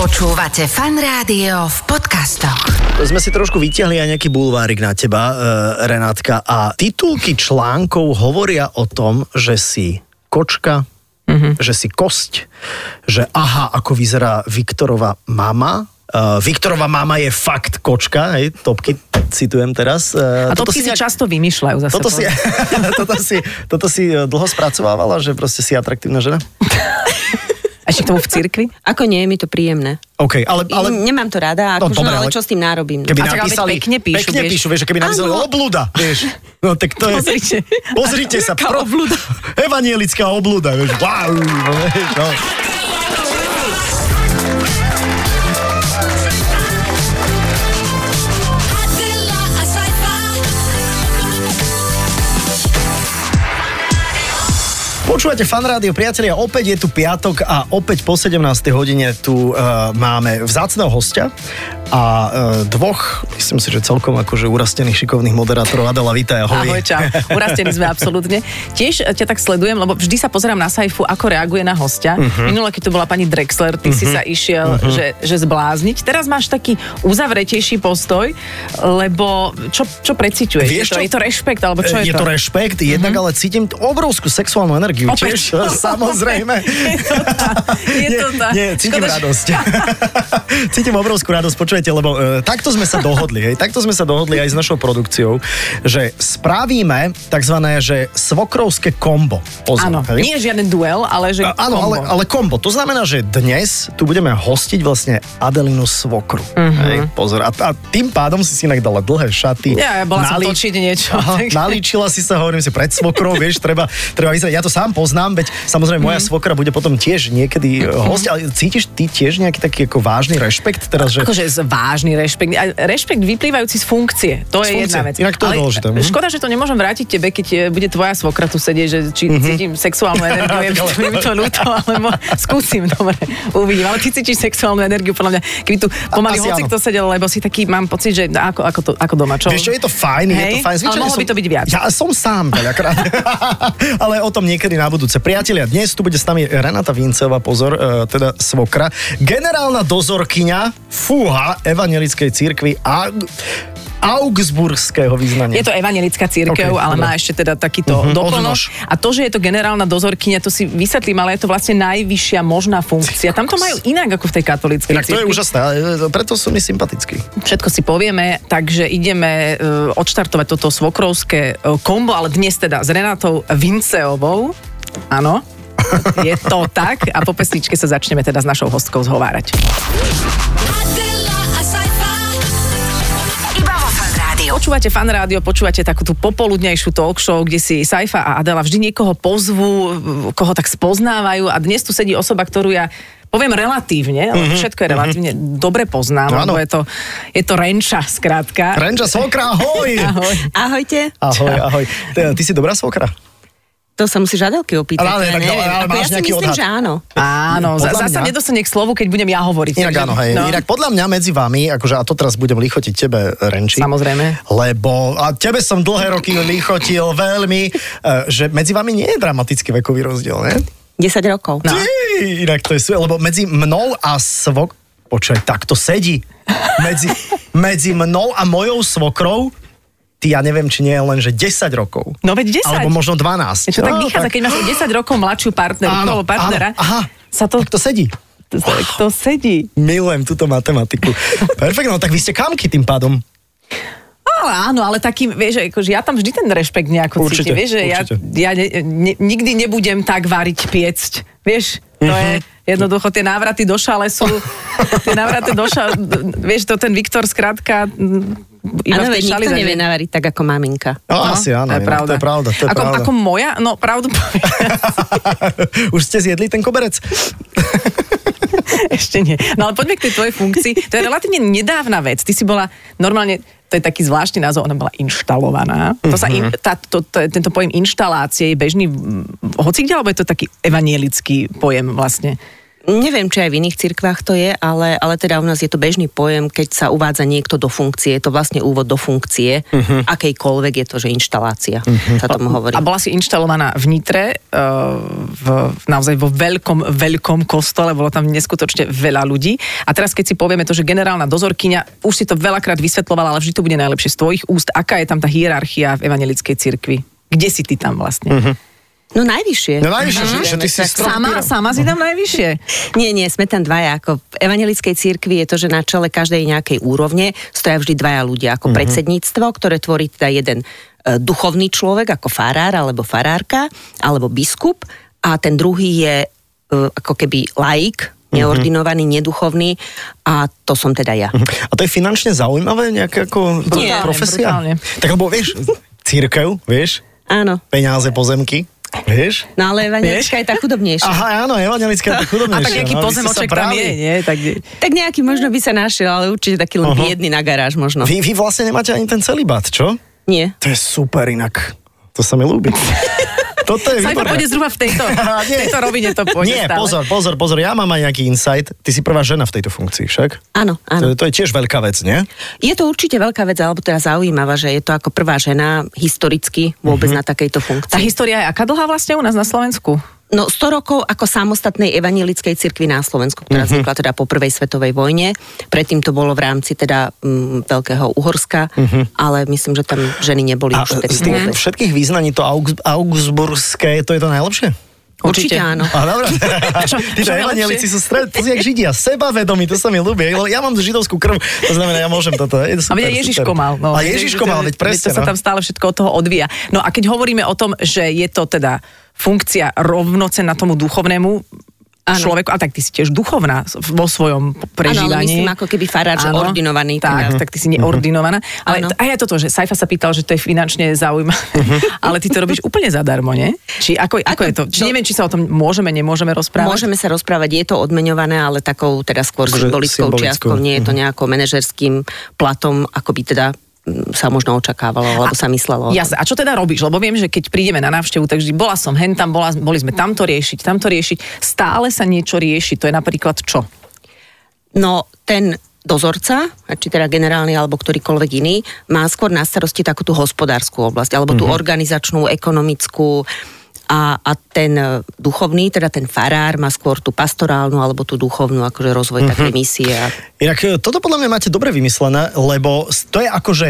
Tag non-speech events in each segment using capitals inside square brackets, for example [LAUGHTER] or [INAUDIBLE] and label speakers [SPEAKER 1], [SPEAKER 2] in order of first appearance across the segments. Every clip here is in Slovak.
[SPEAKER 1] Počúvate fan rádio v podcastoch.
[SPEAKER 2] Sme si trošku vytiahli aj nejaký bulvárik na teba, e, Renátka, a titulky článkov hovoria o tom, že si kočka, mm-hmm. že si kosť, že aha, ako vyzerá Viktorova mama. E, Viktorova mama je fakt kočka, hej, topky citujem teraz. E,
[SPEAKER 3] A topky si,
[SPEAKER 2] nejak-
[SPEAKER 3] často vymýšľajú zase.
[SPEAKER 2] toto si,
[SPEAKER 3] [LAUGHS]
[SPEAKER 2] [LAUGHS]
[SPEAKER 3] pozor.
[SPEAKER 2] toto, si, toto si e, dlho spracovávala, že proste si atraktívna žena?
[SPEAKER 3] A ešte k tomu v cirkvi?
[SPEAKER 4] Ako nie, je mi to príjemné.
[SPEAKER 2] OK, ale... ale...
[SPEAKER 4] Ale... Nemám to rada,
[SPEAKER 2] No,
[SPEAKER 4] akože,
[SPEAKER 2] dobre,
[SPEAKER 4] no, ale
[SPEAKER 2] ale-
[SPEAKER 4] čo s tým nárobím? no?
[SPEAKER 2] Keby
[SPEAKER 3] A tak ale
[SPEAKER 2] napísali,
[SPEAKER 3] pekne píšu,
[SPEAKER 2] pekne
[SPEAKER 3] vieš.
[SPEAKER 2] píšu, vieš, že keby napísali
[SPEAKER 4] Áno.
[SPEAKER 2] oblúda, vieš. No tak to
[SPEAKER 3] Pozrite.
[SPEAKER 2] je... Pozrite sa.
[SPEAKER 3] Aká oblúda.
[SPEAKER 2] [LAUGHS] Evanielická oblúda, vieš. Wow, vieš, no.
[SPEAKER 5] Adela, a
[SPEAKER 2] Počúvate fan rádio, priatelia, opäť je tu piatok a opäť po 17. hodine tu uh, máme vzácného hostia a uh, dvoch, myslím si, že celkom akože urastených šikovných moderátorov Adela Vita, [LAUGHS] ahoj.
[SPEAKER 3] Ahoj, čau.
[SPEAKER 2] [LAUGHS]
[SPEAKER 3] Urastení sme absolútne. Tiež e, ťa tak sledujem, lebo vždy sa pozerám na sajfu, ako reaguje na hostia.
[SPEAKER 2] Mhm.
[SPEAKER 3] Uh-huh. Minule, keď tu bola pani Drexler, ty uh-huh. si sa išiel, uh-huh. že, že zblázniť. Teraz máš taký uzavretejší postoj, lebo čo, čo preciťuješ?
[SPEAKER 2] Vieš
[SPEAKER 3] je, to,
[SPEAKER 2] čo? E,
[SPEAKER 3] je to rešpekt, alebo No, čo
[SPEAKER 2] Eh,
[SPEAKER 3] je, Mhm.
[SPEAKER 2] je to rešpekt, jednak ale cítim t- obrovskú sexuálnu energiu
[SPEAKER 3] Opäť. [LAUGHS]
[SPEAKER 2] tiež, [LAUGHS] samozrejme.
[SPEAKER 3] Je to tak. Je to tak.
[SPEAKER 2] Nie, nie, cítim
[SPEAKER 3] Škoda, že-
[SPEAKER 2] radosť. [LAUGHS] cítim obrovskú radosť, počujete, lebo e, takto sme sa dohodli, hej, takto sme sa dohodli aj s našou produkciou, že spravíme tzv. že svokrovské kombo. Pozor,
[SPEAKER 3] Áno,
[SPEAKER 2] hej.
[SPEAKER 3] nie je žiaden duel, ale že...
[SPEAKER 2] A- Áno,
[SPEAKER 3] kombo.
[SPEAKER 2] ale, ale kombo. To znamená, že dnes tu budeme hostiť vlastne Adelinu Svokru.
[SPEAKER 3] Mhm.
[SPEAKER 2] Uh-huh. Hej, pozor. A, a tým pádom si si inak dala dlhé šaty.
[SPEAKER 3] Ja, ja bola som točiť niečo,
[SPEAKER 2] Aha,
[SPEAKER 3] takže-
[SPEAKER 2] nalíčila si sa, hovorím si, pred
[SPEAKER 3] [LAUGHS]
[SPEAKER 2] Svokrou, vieš, treba, treba vyzerať. Ja to sám poznám, veď samozrejme moja
[SPEAKER 3] Mhm.
[SPEAKER 2] Svokra bude potom tiež niekedy e, host, ale cítiš ty tiež nejaký taký ako vážny rešpekt teraz, že...
[SPEAKER 3] Akože z- vážny rešpekt. A rešpekt vyplývajúci z funkcie. To
[SPEAKER 2] Z
[SPEAKER 3] je jedna
[SPEAKER 2] funkcie.
[SPEAKER 3] vec.
[SPEAKER 2] Inak to je dôležité. Mhm.
[SPEAKER 3] Škoda, že to nemôžem vrátiť tebe, keď e, bude tvoja svokra tu sedieť, že či
[SPEAKER 2] Mhm.
[SPEAKER 3] cítim sexuálnu energiu. Je mi to- je mi to ľúto, alebo skúsim, dobre, uvidím. Ale ty cítiš sexuálnu energiu, podľa mňa. Keby tu pomaly
[SPEAKER 2] asi
[SPEAKER 3] hoci
[SPEAKER 2] áno.
[SPEAKER 3] kto sedel, lebo si taký, mám pocit, že ako, ako, to, ako doma, čo?
[SPEAKER 2] Vieš čo, je to fajn, je
[SPEAKER 3] Hej,
[SPEAKER 2] to fajn.
[SPEAKER 3] ale mohlo by to byť viac.
[SPEAKER 2] Ja som sám veľakrát, [LAUGHS] ale o tom niekedy na budúce. Priatelia, dnes tu bude s nami Renata Vincová, pozor, e, teda svokra, generálna dozorkyňa fúha evangelickej cirkvi a augsburského
[SPEAKER 3] Je
[SPEAKER 2] význania.
[SPEAKER 3] to evanelická církev,
[SPEAKER 2] Ok,
[SPEAKER 3] okay, ale
[SPEAKER 2] dobre. Mhm.
[SPEAKER 3] má ešte teda takýto uh-huh, doplnok.
[SPEAKER 2] odnož.
[SPEAKER 3] A to, že je to generálna dozorkyňa, to si vysvetlím, ale je to vlastne najvyššia možná funkcia. Tam to majú inak ako v tej katolíckej
[SPEAKER 2] Inak to je
[SPEAKER 3] cirkvi.
[SPEAKER 2] úžasné, ale e, preto sú mi sympatický.
[SPEAKER 3] Všetko si povieme, takže ideme e, odštartovať toto svokrovské e, kombo, ale dnes teda s Renátou Vinceovou. Áno, je to tak. A po pesničke sa začneme teda s našou hostkou zhovárať.
[SPEAKER 1] Iba vo fan rádiu.
[SPEAKER 3] Počúvate fan rádio, počúvate takú tú popoludnejšiu talk show, kde si Saifa a Adela vždy niekoho pozvú, eh, koho tak spoznávajú a dnes tu sedí osoba, ktorú ja poviem relatívne, mm-hmm. všetko je relatívne mm-hmm. dobre poznám,
[SPEAKER 2] Áno.
[SPEAKER 3] lebo je to, je to renča, skrátka.
[SPEAKER 2] Renža svokra, ahoj!
[SPEAKER 3] Ahoj.
[SPEAKER 4] Ahojte.
[SPEAKER 2] Ahoj, ahoj. Teda, Ty, ty si dobrá svokra?
[SPEAKER 4] To sa musíš žadelky opýtať.
[SPEAKER 2] Ale- ale
[SPEAKER 4] ja
[SPEAKER 2] tak to-
[SPEAKER 4] neviem.
[SPEAKER 2] ale
[SPEAKER 4] Ako
[SPEAKER 2] máš
[SPEAKER 4] ja si
[SPEAKER 2] nejaký
[SPEAKER 4] myslím,
[SPEAKER 2] odhad?
[SPEAKER 4] že áno.
[SPEAKER 3] Áno, za,
[SPEAKER 2] Podľa
[SPEAKER 3] zasa
[SPEAKER 2] mňa-
[SPEAKER 3] nedostane k slovu, keď budem ja hovoriť.
[SPEAKER 2] Inak
[SPEAKER 3] Takže-
[SPEAKER 2] áno, hej. No. Inak podľa mňa medzi vami, akože a to teraz budem lichotiť tebe, Renči.
[SPEAKER 3] Samozrejme.
[SPEAKER 2] Lebo, a tebe som dlhé roky lichotil veľmi, eh, že medzi vami nie je dramatický vekový rozdiel, ne?
[SPEAKER 4] 10 rokov.
[SPEAKER 2] No. inak to je sve, lebo medzi mnou a svok... Počkaj, tak to sedí.
[SPEAKER 3] [LAUGHS]
[SPEAKER 2] Medzi, medzi mnou a mojou svokrou ty ja neviem, či nie je len, že 10 rokov.
[SPEAKER 3] No veď 10.
[SPEAKER 2] Alebo možno 12.
[SPEAKER 3] Čo tak
[SPEAKER 2] No,
[SPEAKER 3] vychádza, keď máš o 10 rokov mladšiu partnerku
[SPEAKER 2] Áno,
[SPEAKER 3] alebo partnera,
[SPEAKER 2] áno, aha.
[SPEAKER 3] sa to,
[SPEAKER 2] Tak to sedí.
[SPEAKER 3] to, to sedí.
[SPEAKER 2] Milujem túto
[SPEAKER 3] [LAUGHS]
[SPEAKER 2] matematiku. Perfektno, tak vy ste kamky tým pádom.
[SPEAKER 3] Ale áno, ale taký, vieš, že akože ja tam vždy ten rešpekt nejako
[SPEAKER 2] Určite,
[SPEAKER 3] cítim, vieš, že ja,
[SPEAKER 2] určite.
[SPEAKER 3] ja ne, ne, nikdy nebudem tak variť piecť, vieš, to je
[SPEAKER 2] Mhm.
[SPEAKER 3] jednoducho, tie návraty do šale
[SPEAKER 2] [LAUGHS]
[SPEAKER 3] sú, tie návraty do šale, vieš, to ten Viktor skrátka m, iba v
[SPEAKER 4] Áno,
[SPEAKER 3] tej
[SPEAKER 4] veď
[SPEAKER 3] šali
[SPEAKER 4] nikto
[SPEAKER 3] zavie.
[SPEAKER 4] nevie navariť tak ako maminka.
[SPEAKER 2] No, asi áno,
[SPEAKER 3] to je
[SPEAKER 2] inak,
[SPEAKER 3] pravda.
[SPEAKER 2] to je pravda, to je
[SPEAKER 3] ako,
[SPEAKER 2] pravda.
[SPEAKER 3] ako moja, no pravdu [LAUGHS]
[SPEAKER 2] Už ste zjedli ten koberec?
[SPEAKER 3] [LAUGHS] Ešte nie. No ale poďme k tej tvojej funkcii. To je relatívne nedávna vec. Ty si bola normálne, to je taký zvláštny názov, ona bola inštalovaná. To sa in, tá, to, to, je- tento pojem inštalácie je bežný v- hoci kde, alebo je to taký evanielický pojem vlastne?
[SPEAKER 4] Neviem, či aj v iných cirkvách to je, ale, ale teda u nás je to bežný pojem, keď sa uvádza niekto do funkcie. Je to vlastne úvod do
[SPEAKER 2] Mhm.
[SPEAKER 4] funkcie, uh-huh. akejkoľvek je to, že inštalácia uh-huh. sa tomu hovorí.
[SPEAKER 3] A bola si inštalovaná v Nitre, eh, v, naozaj vo veľkom, veľkom kostole, bolo tam neskutočne veľa ľudí. A teraz, keď si povieme to, že generálna dozorkyňa, už si to veľakrát vysvetlovala, ale vždy to bude najlepšie z tvojich úst, aká je tam tá hierarchia v evangelickej cirkvi? Kde si ty tam vlastne?
[SPEAKER 2] Mhm.
[SPEAKER 3] Mm-hmm.
[SPEAKER 4] No najvyššie.
[SPEAKER 2] No najvyššie, že,
[SPEAKER 3] Mhm.
[SPEAKER 2] že ty si
[SPEAKER 3] Sama, sama si tam najvyššie.
[SPEAKER 4] Nie, nie, sme tam dvaja. Ako v evangelickej cirkvi je to, že na čele každej nejakej úrovne stoja vždy dvaja ľudia
[SPEAKER 2] Mhm.
[SPEAKER 4] ako mm-hmm. predsedníctvo, ktoré tvorí teda jeden e, duchovný človek ako farár alebo farárka alebo biskup a ten druhý je e, ako keby laik,
[SPEAKER 2] Mhm.
[SPEAKER 4] neordinovaný, neduchovný a to som teda ja.
[SPEAKER 2] A to je finančne zaujímavé, nejaká ako
[SPEAKER 3] Brutálne,
[SPEAKER 2] profesia?
[SPEAKER 3] brutálne.
[SPEAKER 2] Tak lebo vieš, církev, vieš,
[SPEAKER 4] Áno.
[SPEAKER 2] peniaze, pozemky, vieš?
[SPEAKER 4] No ale evangelická je tá chudobnejšia.
[SPEAKER 2] Aha, áno, evangelická je to
[SPEAKER 3] A
[SPEAKER 2] chudobnejšia.
[SPEAKER 3] tak nejaký
[SPEAKER 2] no, vy ste
[SPEAKER 3] pozemoček
[SPEAKER 2] sa
[SPEAKER 3] tam
[SPEAKER 2] práve-
[SPEAKER 3] je, nie? Tak,
[SPEAKER 4] Tak nejaký možno by sa našiel, ale určite taký len
[SPEAKER 2] Aha.
[SPEAKER 4] biedný na garáž možno.
[SPEAKER 2] Vy, vy vlastne nemáte ani ten celibát, čo?
[SPEAKER 4] Nie.
[SPEAKER 2] To je super inak. To sa mi
[SPEAKER 3] [LAUGHS]
[SPEAKER 2] ľúbi. Toto je
[SPEAKER 3] Sajfa
[SPEAKER 2] výborné.
[SPEAKER 3] pôjde
[SPEAKER 2] [LAUGHS]
[SPEAKER 3] zhruba v tejto,
[SPEAKER 2] Á,
[SPEAKER 3] v
[SPEAKER 2] nie.
[SPEAKER 3] tejto rovine to pôjde
[SPEAKER 2] Nie,
[SPEAKER 3] stále.
[SPEAKER 2] pozor, pozor, pozor, ja mám aj nejaký insight. Ty si prvá žena v tejto funkcii, však?
[SPEAKER 4] Áno, áno.
[SPEAKER 2] To, to je tiež veľká vec, nie?
[SPEAKER 4] Je to určite veľká vec, alebo teda zaujímavá, že je to ako prvá žena historicky vôbec mm-hmm. na takejto
[SPEAKER 3] Tá
[SPEAKER 4] funkcii.
[SPEAKER 3] história je aká dlhá vlastne u nás na Slovensku?
[SPEAKER 4] No 100 rokov ako samostatnej evanilickej cirkvi na Slovensku, ktorá mm-hmm. vznikla teda po prvej svetovej vojne. Predtým to bolo v rámci teda m, Veľkého Uhorska, mm-hmm. ale myslím, že tam ženy neboli
[SPEAKER 2] A e,
[SPEAKER 4] už
[SPEAKER 2] z
[SPEAKER 4] vtedy
[SPEAKER 2] tých
[SPEAKER 4] vôbec.
[SPEAKER 2] všetkých význaní to Augs- augsburské, to je to najlepšie?
[SPEAKER 4] Určite áno.
[SPEAKER 2] A dobre,
[SPEAKER 3] No. [LAUGHS]
[SPEAKER 2] [LAUGHS]
[SPEAKER 3] Čo- čo
[SPEAKER 2] títo
[SPEAKER 3] najlepšie?
[SPEAKER 2] evanielici sú stred, to sú jak židia, sebavedomí, to sa mi ľúbi, lebo ja mám židovskú krv, to znamená, ja môžem toto. Je to
[SPEAKER 3] A
[SPEAKER 2] super,
[SPEAKER 3] veď aj Ježiško
[SPEAKER 2] super.
[SPEAKER 3] mal. No.
[SPEAKER 2] A Ježiško mal, veď presne.
[SPEAKER 3] To sa
[SPEAKER 2] no.
[SPEAKER 3] tam stále všetko od toho odvíja. No a keď hovoríme o tom, že je to teda funkcia rovnocená tomu duchovnému ano.
[SPEAKER 4] Áno.
[SPEAKER 3] človeku, a tak ty si tiež duchovná vo svojom prežívaní.
[SPEAKER 4] Áno, ale myslím ako keby farár, že
[SPEAKER 3] Áno.
[SPEAKER 4] ordinovaný.
[SPEAKER 3] Tak,
[SPEAKER 4] teda.
[SPEAKER 3] tak ty si
[SPEAKER 2] Mhm.
[SPEAKER 3] neordinovaná. Ale
[SPEAKER 4] Áno.
[SPEAKER 3] t- aj ja toto, že Saifa sa pýtal, že to je finančne zaujímavé,
[SPEAKER 2] Mhm.
[SPEAKER 3] [LAUGHS] ale ty to robíš úplne zadarmo, nie? Či ako, ako je to? Či
[SPEAKER 4] no-
[SPEAKER 3] neviem, či sa o tom môžeme, nemôžeme rozprávať.
[SPEAKER 4] Môžeme sa rozprávať, je to odmeňované, ale takou teda skôr
[SPEAKER 2] Takže
[SPEAKER 4] symbolickou,
[SPEAKER 2] symbolickou.
[SPEAKER 4] čiastkou, nie je to nejakou manažerským platom, ako by teda mm, sa možno očakávalo, alebo sa myslelo.
[SPEAKER 3] Jasne, a čo teda robíš? Lebo viem, že keď prídeme na návštevu, tak vždy bola som hen tam, bola, boli sme tamto riešiť, tamto riešiť. Stále sa niečo rieši, to je napríklad čo?
[SPEAKER 4] No ten dozorca, či teda generálny alebo ktorýkoľvek iný, má skôr na starosti takú tú hospodárskú oblasť, alebo tú organizačnú, ekonomickú a, a ten e, duchovný, teda ten farár má skôr tú pastorálnu alebo tú duchovnú, akože rozvoj takej misie. A...
[SPEAKER 2] Inak e, toto podľa mňa máte dobre vymyslené, lebo s- to je ako, že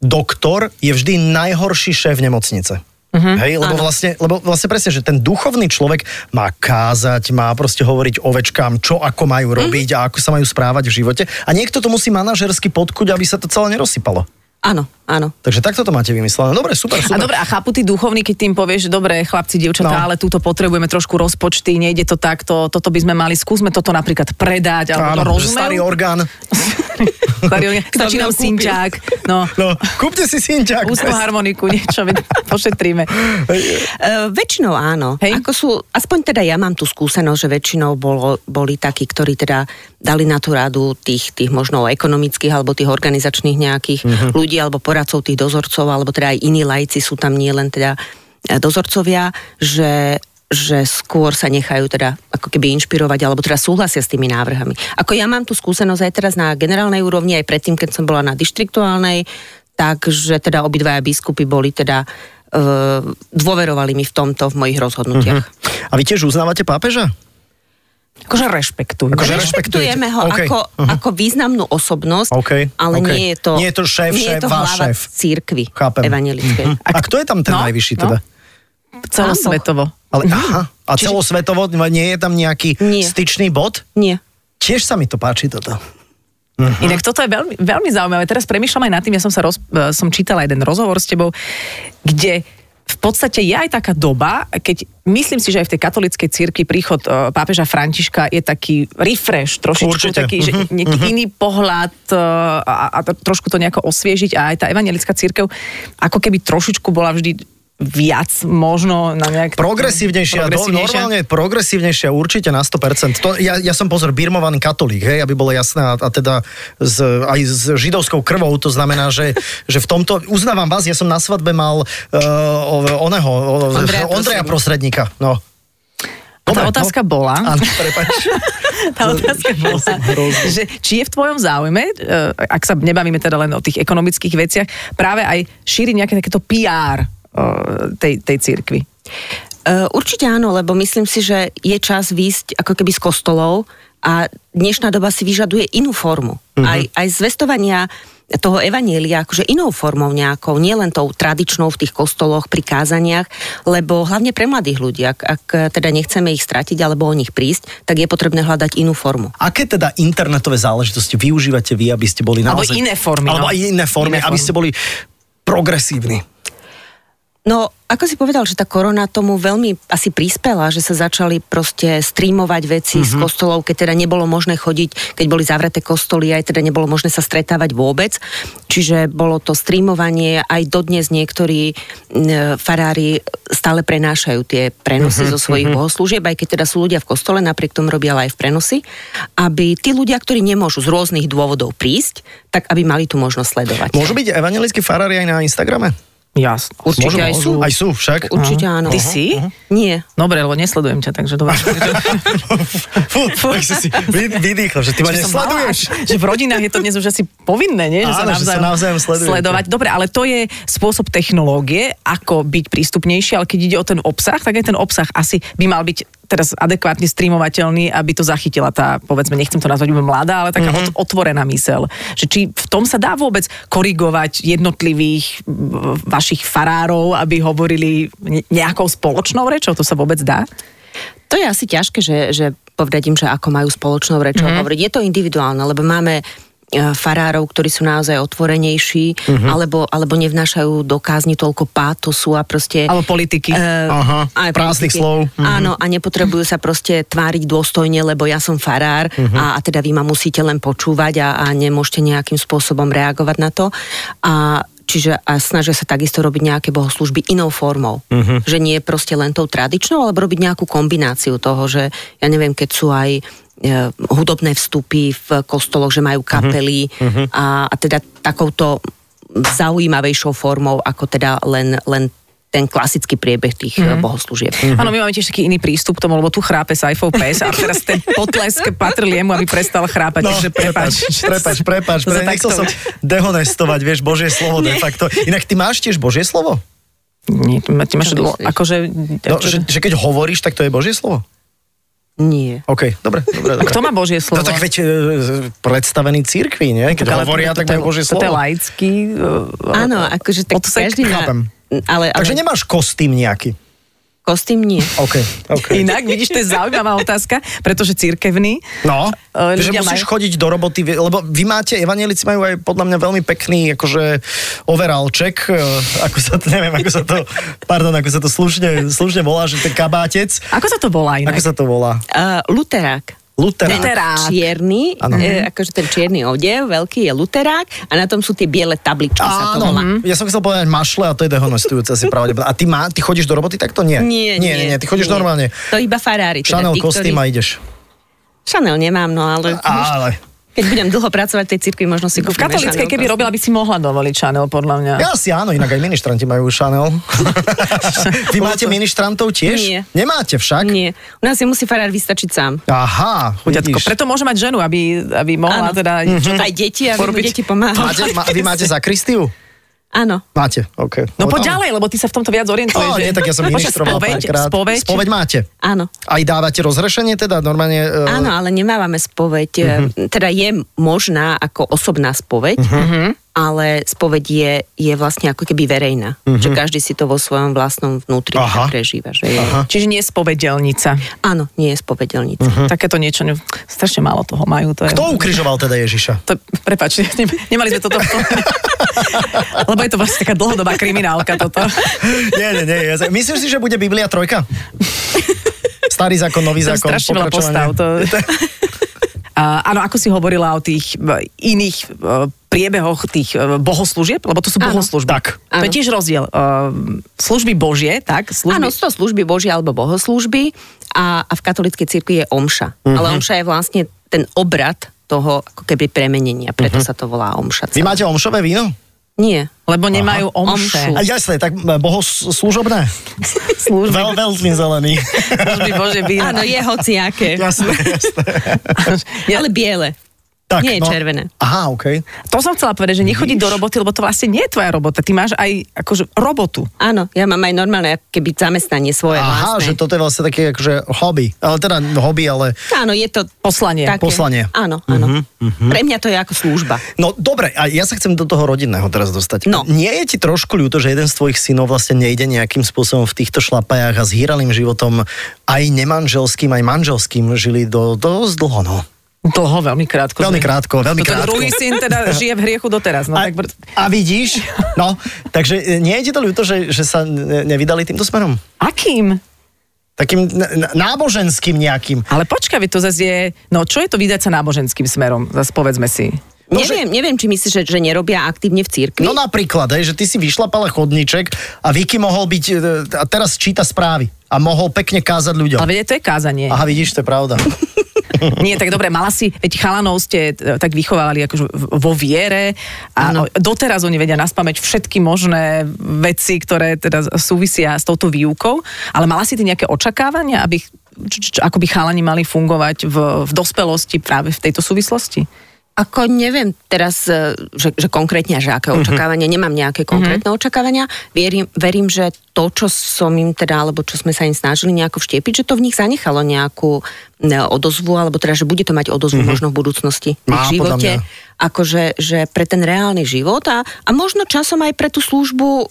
[SPEAKER 2] doktor je vždy najhorší šéf nemocnice. Uh-huh,
[SPEAKER 3] Mhm,
[SPEAKER 2] Hej, lebo vlastne, lebo vlastne presne, že ten duchovný človek má kázať, má proste hovoriť ovečkám, čo ako majú
[SPEAKER 3] Mhm.
[SPEAKER 2] robiť a ako sa majú správať v živote. A niekto to musí manažersky podkuť, aby sa to celé nerosypalo.
[SPEAKER 4] Áno, áno.
[SPEAKER 2] Takže takto to máte vymyslené. No Dobre, super,
[SPEAKER 3] A
[SPEAKER 2] super.
[SPEAKER 3] dobre, a chápu tí duchovní, keď tým povieš, že dobre, chlapci, dievčatá,
[SPEAKER 2] No.
[SPEAKER 3] no. ale túto potrebujeme trošku rozpočty, nejde to takto, toto by sme mali, skúsme toto napríklad predať, alebo to
[SPEAKER 2] Áno, že
[SPEAKER 3] rozumejú.
[SPEAKER 2] starý orgán.
[SPEAKER 3] [LAUGHS] Starý orgán, stačí
[SPEAKER 4] Starý
[SPEAKER 3] nám
[SPEAKER 4] orgán
[SPEAKER 3] synťák, no,
[SPEAKER 2] [LAUGHS] No, kúpte si synťák.
[SPEAKER 3] ústnu harmoniku, niečo, veď
[SPEAKER 2] [LAUGHS]
[SPEAKER 3] pošetríme.
[SPEAKER 4] E, väčšinou áno.
[SPEAKER 3] Hej.
[SPEAKER 4] Hej. Ako sú, aspoň teda ja mám tú skúsenosť, že väčšinou bolo, boli takí, ktorí teda dali na tú radu tých, tých možno ekonomických alebo tých organizačných nejakých ľudí alebo poradcov tých dozorcov, alebo teda aj iní lajci sú tam nie len teda e, dozorcovia, že že skôr sa nechajú teda ako keby inšpirovať, alebo teda súhlasia s tými návrhami. Ako ja mám tú skúsenosť aj teraz na generálnej úrovni, aj predtým, keď som bola na dištriktuálnej, takže teda obidvaja biskupy boli teda e, dôverovali mi v tomto, v mojich rozhodnutiach.
[SPEAKER 2] A vy tiež uznávate pápeža?
[SPEAKER 3] Akože rešpektujem.
[SPEAKER 2] Akože
[SPEAKER 3] Reš-
[SPEAKER 2] rešpektujete.
[SPEAKER 4] Rešpektujeme ho
[SPEAKER 2] OK.
[SPEAKER 4] okay. ako,
[SPEAKER 2] Aha.
[SPEAKER 4] ako významnú osobnosť,
[SPEAKER 2] OK,
[SPEAKER 4] ale
[SPEAKER 2] OK.
[SPEAKER 4] nie je to...
[SPEAKER 2] Nie je to šéf,
[SPEAKER 4] nie je
[SPEAKER 2] šéf,
[SPEAKER 4] to
[SPEAKER 2] váš
[SPEAKER 4] hlava
[SPEAKER 2] šéf.
[SPEAKER 4] církvy
[SPEAKER 2] Chápem. Mhm.
[SPEAKER 4] evanelickej.
[SPEAKER 2] A kto je tam ten
[SPEAKER 3] No,
[SPEAKER 2] najvyšší
[SPEAKER 3] no.
[SPEAKER 2] teda?
[SPEAKER 3] Celosvetovo.
[SPEAKER 2] Ale aha, a celosvetovo nie je tam nejaký
[SPEAKER 4] Nie.
[SPEAKER 2] styčný bod?
[SPEAKER 4] Nie.
[SPEAKER 2] Tiež sa mi to páči toto.
[SPEAKER 3] Hm. Inak toto je veľmi, veľmi zaujímavé. Teraz premýšľam aj nad tým, ja som, sa roz, eh, som čítala jeden rozhovor s tebou, kde v podstate je aj taká doba, keď myslím si, že aj v tej katolíckej cirkvi príchod eh, pápeža Františka je taký refresh, trošičku
[SPEAKER 2] Určite.
[SPEAKER 3] taký, že
[SPEAKER 2] Mhm,
[SPEAKER 3] nejaký iný pohľad eh, a, a to- trošku to nejako osviežiť a aj tá evangelická cirkev ako keby trošičku bola vždy viac možno na nejak...
[SPEAKER 2] Progresívnejšia, do, normálne progresívnejšia, určite na 100%. To, ja, ja som pozor, birmovaný katolík, hej, aby bolo jasné, a, a teda s, aj s židovskou krvou, to znamená, že, [LAUGHS] že v tomto, uznávam vás, ja som na svadbe mal uh, oného, o,
[SPEAKER 4] Ondreja
[SPEAKER 2] Ondreja Prostredníka, no.
[SPEAKER 3] A tá
[SPEAKER 2] Dobre,
[SPEAKER 3] otázka bola,
[SPEAKER 2] Áno, prepač.
[SPEAKER 3] [LAUGHS] tá otázka bola že či je v tvojom záujme, e, ak sa nebavíme teda len o tých ekonomických veciach, práve aj šíriť nejaké takéto PR e, tej, tej cirkvi.
[SPEAKER 4] E, Určite áno, lebo myslím si, že je čas výjsť ako keby z kostolov a dnešná doba si vyžaduje inú formu. Uh-huh. Aj, aj zvestovania toho evanielia akože inou formou nejakou, nielen tou tradičnou v tých kostoloch, pri kázaniach, lebo hlavne pre mladých ľudí, ak, ak e, teda nechceme ich stratiť alebo o nich prísť, tak je potrebné hľadať inú formu.
[SPEAKER 2] Aké teda internetové záležitosti využívate vy, aby ste boli
[SPEAKER 3] Alebo
[SPEAKER 2] naozaj...
[SPEAKER 3] iné formy,
[SPEAKER 2] Alebo
[SPEAKER 3] no.
[SPEAKER 2] aj iné formy,
[SPEAKER 3] Iné
[SPEAKER 2] aby
[SPEAKER 3] formy.
[SPEAKER 2] ste boli progresívni.
[SPEAKER 4] No, ako si povedal, že tá korona tomu veľmi asi prispela, že sa začali proste streamovať veci
[SPEAKER 3] Mhm.
[SPEAKER 4] mm-hmm. z kostolov, keď teda nebolo možné chodiť, keď boli zavreté kostoly, aj teda nebolo možné sa stretávať vôbec. Čiže bolo to streamovanie, aj dodnes niektorí mm, farári stále prenášajú tie prenosy
[SPEAKER 3] Mhm,
[SPEAKER 4] mm-hmm. zo svojich mm-hmm. bohoslúžieb, aj keď teda sú ľudia v kostole, napriek tomu robia live prenosy, aby tí ľudia, ktorí nemôžu z rôznych dôvodov prísť, tak aby mali tú možnosť sledovať.
[SPEAKER 2] Môžu byť evangelickí farári aj na Instagrame?
[SPEAKER 3] Jasne.
[SPEAKER 2] Môžu,
[SPEAKER 4] Určite aj
[SPEAKER 2] môžu.
[SPEAKER 4] sú.
[SPEAKER 2] Aj sú však.
[SPEAKER 4] Určite áno.
[SPEAKER 3] Ty si?
[SPEAKER 4] Nie.
[SPEAKER 3] Dobre, lebo nesledujem ťa, takže
[SPEAKER 2] [LAUGHS]
[SPEAKER 3] dobre.
[SPEAKER 2] [LAUGHS] Fú, tak si si vy- vydýchol, že ty ma
[SPEAKER 3] Že som mala,
[SPEAKER 2] nesleduješ.
[SPEAKER 3] že v rodinách je to dnes už asi povinné, nie?
[SPEAKER 2] Áno, že sa navzájom sledujete.
[SPEAKER 3] sledovať. Dobre, ale to je spôsob technológie, ako byť prístupnejší, ale keď ide o ten obsah, tak aj ten obsah asi by mal byť teraz adekvátne streamovateľný, aby to zachytila tá, povedzme, nechcem to nazvať úplne mladá, ale
[SPEAKER 2] Mhm.
[SPEAKER 3] taká mm-hmm. otvorená mysel. Že či v tom sa dá vôbec korigovať jednotlivých mm, vašich farárov, aby hovorili ne- nejakou spoločnou rečou? To sa vôbec dá?
[SPEAKER 4] To je asi ťažké, že, že povedať im, že ako majú spoločnou
[SPEAKER 2] Mhm.
[SPEAKER 4] rečou mm-hmm. hovoriť. Je to individuálne, lebo máme e, farárov, ktorí sú naozaj
[SPEAKER 2] Mhm.
[SPEAKER 4] otvorenejší, mm-hmm. alebo, alebo nevnášajú do kázni toľko pátosu a proste... e,
[SPEAKER 3] Alebo politiky?
[SPEAKER 2] Aha,
[SPEAKER 4] aj
[SPEAKER 2] prázdnych
[SPEAKER 4] politiky.
[SPEAKER 2] slov. Mhm.
[SPEAKER 4] Áno, a nepotrebujú sa proste tváriť dôstojne, lebo ja som farár a, a teda vy ma musíte len počúvať a, a nemôžete nejakým spôsobom reagovať na to. A Čiže a snažia sa takisto robiť nejaké bohoslužby inou formou. Uh-huh. Že nie proste len tou tradičnou, alebo robiť nejakú kombináciu toho, že ja neviem, keď sú aj e, hudobné vstupy v kostoloch, že majú kapely uh-huh. a, a teda takouto zaujímavejšou formou ako teda len, len ten klasický priebeh tých mm. bohoslúžieb.
[SPEAKER 3] Áno, my máme tiež taký iný prístup k tomu, lebo tu chrápe Saifov pes a teraz
[SPEAKER 2] [LAUGHS]
[SPEAKER 3] ten potlesk patril jemu, aby prestal chrápať.
[SPEAKER 2] No,
[SPEAKER 3] takže
[SPEAKER 2] prepač,
[SPEAKER 3] prepáč.
[SPEAKER 2] prepač, prepač,
[SPEAKER 3] Za
[SPEAKER 2] prepač. Nechcel
[SPEAKER 3] takto-
[SPEAKER 2] som dehonestovať, vieš, Božie slovo de facto. Inak ty máš tiež Božie slovo?
[SPEAKER 3] Nie, ty ma- ty máš
[SPEAKER 4] Čo
[SPEAKER 3] dlo,
[SPEAKER 4] myslíš?
[SPEAKER 3] akože...
[SPEAKER 2] No, že, že keď hovoríš, tak to je Božie slovo?
[SPEAKER 4] Nie.
[SPEAKER 2] OK, dobre, dobre, dobre.
[SPEAKER 3] Kto má Božie slovo? No,
[SPEAKER 2] No tak veď e, predstavený cirkvi, nie? Keď
[SPEAKER 3] Tak ale
[SPEAKER 2] hovoria,
[SPEAKER 3] to-
[SPEAKER 2] tak
[SPEAKER 3] to-
[SPEAKER 2] majú Božie
[SPEAKER 3] To
[SPEAKER 2] slovo.
[SPEAKER 3] je laický... e,
[SPEAKER 4] Áno, akože tak
[SPEAKER 3] Odsek,
[SPEAKER 4] každý má...
[SPEAKER 2] chápem.
[SPEAKER 4] Ale, ale
[SPEAKER 2] Takže nemáš kostým nejaký.
[SPEAKER 4] kostým nie.
[SPEAKER 2] OK, OK.
[SPEAKER 3] Inak, vidíš, to je zaujímavá otázka, pretože církevný...
[SPEAKER 4] E,
[SPEAKER 2] No,
[SPEAKER 3] Eh,
[SPEAKER 2] že
[SPEAKER 3] ľudia
[SPEAKER 2] musíš
[SPEAKER 3] majú-
[SPEAKER 2] chodiť do roboty, vie- lebo vy máte, evanielici majú aj podľa mňa veľmi pekný akože overalček, eh, ako sa to, neviem, ako sa
[SPEAKER 4] [LAUGHS]
[SPEAKER 2] to, pardon, ako sa to slušne, slušne volá, že ten kabátec,
[SPEAKER 3] Ako sa to volá inak?
[SPEAKER 2] ako sa to volá?
[SPEAKER 4] Uh, luterák.
[SPEAKER 2] Luterák.
[SPEAKER 3] Luterák.
[SPEAKER 4] Čierny,
[SPEAKER 2] Áno.
[SPEAKER 4] e, akože ten čierny odev, veľký je luterák a na tom sú tie biele tabličky, sa to volá.
[SPEAKER 2] Áno, Mhm. ja som chcel povedať mašle a to je dehonestujúce asi pravdepodobne. A ty, má, ty chodíš do roboty takto? Nie.
[SPEAKER 4] Nie,
[SPEAKER 2] nie, nie, ty chodíš normálne.
[SPEAKER 4] To iba farári. Teda
[SPEAKER 2] Chanel
[SPEAKER 4] tí,
[SPEAKER 2] kostým a
[SPEAKER 4] ktorí-
[SPEAKER 2] ideš.
[SPEAKER 4] Chanel nemám, no ale...
[SPEAKER 2] Ale,
[SPEAKER 4] Keď budem dlho pracovať v tej cirkvi, možno si
[SPEAKER 3] V
[SPEAKER 4] kúpime
[SPEAKER 3] katolíckej,
[SPEAKER 4] Chanel
[SPEAKER 3] keby
[SPEAKER 4] kostým.
[SPEAKER 3] robila, by si mohla dovoliť Chanel, podľa mňa.
[SPEAKER 2] ja asi áno, inak aj ministranti majú Chanel. Vy máte ministrantov tiež?
[SPEAKER 4] Nie.
[SPEAKER 2] Nemáte však?
[SPEAKER 4] Nie, u nás si musí farár vystačiť sám.
[SPEAKER 2] Aha,
[SPEAKER 3] Chudiatko.
[SPEAKER 2] vidíš.
[SPEAKER 3] Preto môže mať ženu, aby, aby mohla
[SPEAKER 4] Áno. Mhm.
[SPEAKER 3] teda... Čo to-
[SPEAKER 4] Aj deti, aby mu
[SPEAKER 3] porobiť.
[SPEAKER 4] deti pomáhali.
[SPEAKER 2] Máte, ma, vy máte zakristiu?
[SPEAKER 4] Áno.
[SPEAKER 2] Máte, OK.
[SPEAKER 3] No
[SPEAKER 2] tam-
[SPEAKER 3] poď ďalej, lebo ty sa v tomto viac orientuješ.
[SPEAKER 2] No,
[SPEAKER 3] že?
[SPEAKER 2] nie, tak ja som
[SPEAKER 3] Počkaj,
[SPEAKER 2] ministroval
[SPEAKER 3] spoveď,
[SPEAKER 2] párkrát.
[SPEAKER 3] spoveď.
[SPEAKER 2] spoveď máte.
[SPEAKER 4] Áno.
[SPEAKER 2] Aj dávate rozrešenie teda normálne? e,
[SPEAKER 4] Áno, ale nemávame spoveď.
[SPEAKER 2] Mhm.
[SPEAKER 4] Mm-hmm. Teda je možná ako osobná spoveď,
[SPEAKER 2] Mhm.
[SPEAKER 4] mm-hmm. ale spoveď je, je vlastne ako keby verejná. Mm-hmm. Že každý si to vo svojom vlastnom vnútri
[SPEAKER 2] Mhm. Aha. Mhm.
[SPEAKER 4] tak prežíva. Že je...
[SPEAKER 3] Čiže nie spovedelnica.
[SPEAKER 4] Áno, nie je spovedelnica. Mm-hmm.
[SPEAKER 3] Takéto niečo, ne- strašne málo toho majú. To je,
[SPEAKER 2] Kto ukrižoval teda Ježiša?
[SPEAKER 3] To, prepač, [LAUGHS] ne, nemali sme toto.
[SPEAKER 2] [LAUGHS]
[SPEAKER 3] v pláne. Lebo je to vlastne taká dlhodobá kriminálka toto.
[SPEAKER 2] nie, nie, nie. Ja sa... Myslíš si, že bude Biblia trojka? Starý zákon, nový
[SPEAKER 3] Tam
[SPEAKER 2] zákon,
[SPEAKER 3] strašne veľa postav.
[SPEAKER 2] pokračovanie.
[SPEAKER 3] To...
[SPEAKER 2] [LAUGHS]
[SPEAKER 3] A, áno, ako si hovorila o tých e, iných e, priebehoch tých e, bohoslúžieb, lebo to sú
[SPEAKER 4] Áno.
[SPEAKER 3] bohoslúžby.
[SPEAKER 2] Tak.
[SPEAKER 3] To je
[SPEAKER 4] Áno.
[SPEAKER 3] tiež rozdiel. E, Služby božie, tak? Služby...
[SPEAKER 4] Áno, sú to služby Božie alebo bohoslúžby a, a v katolíckej cirkvi je omša. Mm-hmm. Ale
[SPEAKER 2] Mhm.
[SPEAKER 4] omša je vlastne
[SPEAKER 2] Mhm.
[SPEAKER 4] ten obrad toho ako keby premenenia, preto mm-hmm. sa to volá omša.
[SPEAKER 2] Vy máte omšové víno?
[SPEAKER 4] Nie.
[SPEAKER 3] Lebo nemajú Aha. omše.
[SPEAKER 2] A jasné, tak bohoslužobné?
[SPEAKER 3] Služby.
[SPEAKER 2] Veľ, veľmi zelený.
[SPEAKER 3] Služby Bože by...
[SPEAKER 4] Áno,
[SPEAKER 3] [LAUGHS]
[SPEAKER 4] je hociaké.
[SPEAKER 2] jasné, [LAUGHS] jasné.
[SPEAKER 4] Ale biele.
[SPEAKER 2] Tak, no.
[SPEAKER 4] Nie je červené.
[SPEAKER 2] Aha, okej.
[SPEAKER 3] To som chcela povedať, že nechodí do roboty, lebo to vlastne nie je tvoja robota. Ty máš aj akože robotu.
[SPEAKER 4] Áno, ja mám aj normálne keby zamestnanie svoje
[SPEAKER 2] Aha,
[SPEAKER 4] vlastné.
[SPEAKER 2] že toto je vlastne také akože hobby. Ale teda hobby, ale...
[SPEAKER 4] Áno, je to
[SPEAKER 3] Poslanie.
[SPEAKER 4] také.
[SPEAKER 2] Poslanie. Mhm,
[SPEAKER 4] Áno, áno. Pre mňa to je ako služba.
[SPEAKER 2] No dobre, a ja sa chcem do toho rodinného teraz dostať.
[SPEAKER 4] No.
[SPEAKER 2] Nie je ti trošku ľúto, že jeden z tvojich synov vlastne nejde nejakým spôsobom v týchto šlapajách a s hýralým životom aj nemanželským, aj manželským žili do, dosť dlho, no.
[SPEAKER 3] Dlho, veľmi krátko.
[SPEAKER 2] Veľmi
[SPEAKER 3] že?
[SPEAKER 2] krátko, veľmi
[SPEAKER 3] Toto
[SPEAKER 2] krátko.
[SPEAKER 3] druhý syn
[SPEAKER 2] [LAUGHS]
[SPEAKER 3] teda žije v hriechu doteraz. No,
[SPEAKER 2] A,
[SPEAKER 3] tak... br-
[SPEAKER 2] a vidíš, no, takže e, nie je ti to ľúto, že, že sa ne- nevydali týmto smerom?
[SPEAKER 3] Akým?
[SPEAKER 2] Takým n- n- náboženským nejakým.
[SPEAKER 3] Ale počkaj, veď to zase je... No čo je to vydať sa náboženským smerom? Zase povedzme si.
[SPEAKER 2] No, že-
[SPEAKER 4] neviem, neviem, či myslíš, že, že nerobia aktívne v cirkvi.
[SPEAKER 2] No napríklad, hej, že ty si vyšlapala chodníček a Vicky mohol byť, e, a teraz číta správy a mohol pekne kázať ľuďom.
[SPEAKER 3] Ale veď to je kázanie.
[SPEAKER 2] Aha, vidíš, to je pravda.
[SPEAKER 3] Nie, tak dobre, mala si, veď chalanov ste e, tak vychovávali akože v- vo viere a
[SPEAKER 4] Áno.
[SPEAKER 3] o, doteraz oni vedia naspamäť všetky možné veci, ktoré teda súvisia s touto výukou, ale mala si ty nejaké očakávania, aby, č, č, č, ako by chalani mali fungovať v, v dospelosti práve v tejto súvislosti?
[SPEAKER 4] Ako neviem teraz, e, že, že konkrétne, že aké
[SPEAKER 2] Mhm.
[SPEAKER 4] očakávania, nemám nejaké konkrétne očakávania. Verím, verím, že to, čo som im teda, alebo čo sme sa im snažili nejako vštiepiť, že to v nich zanechalo nejakú ne, odozvu, alebo teda, že bude to mať odozvu možno v budúcnosti,
[SPEAKER 2] Mhm. Má, podľa
[SPEAKER 4] v živote.
[SPEAKER 2] mňa.
[SPEAKER 4] Akože že pre ten reálny život a, a možno časom aj pre tú službu e,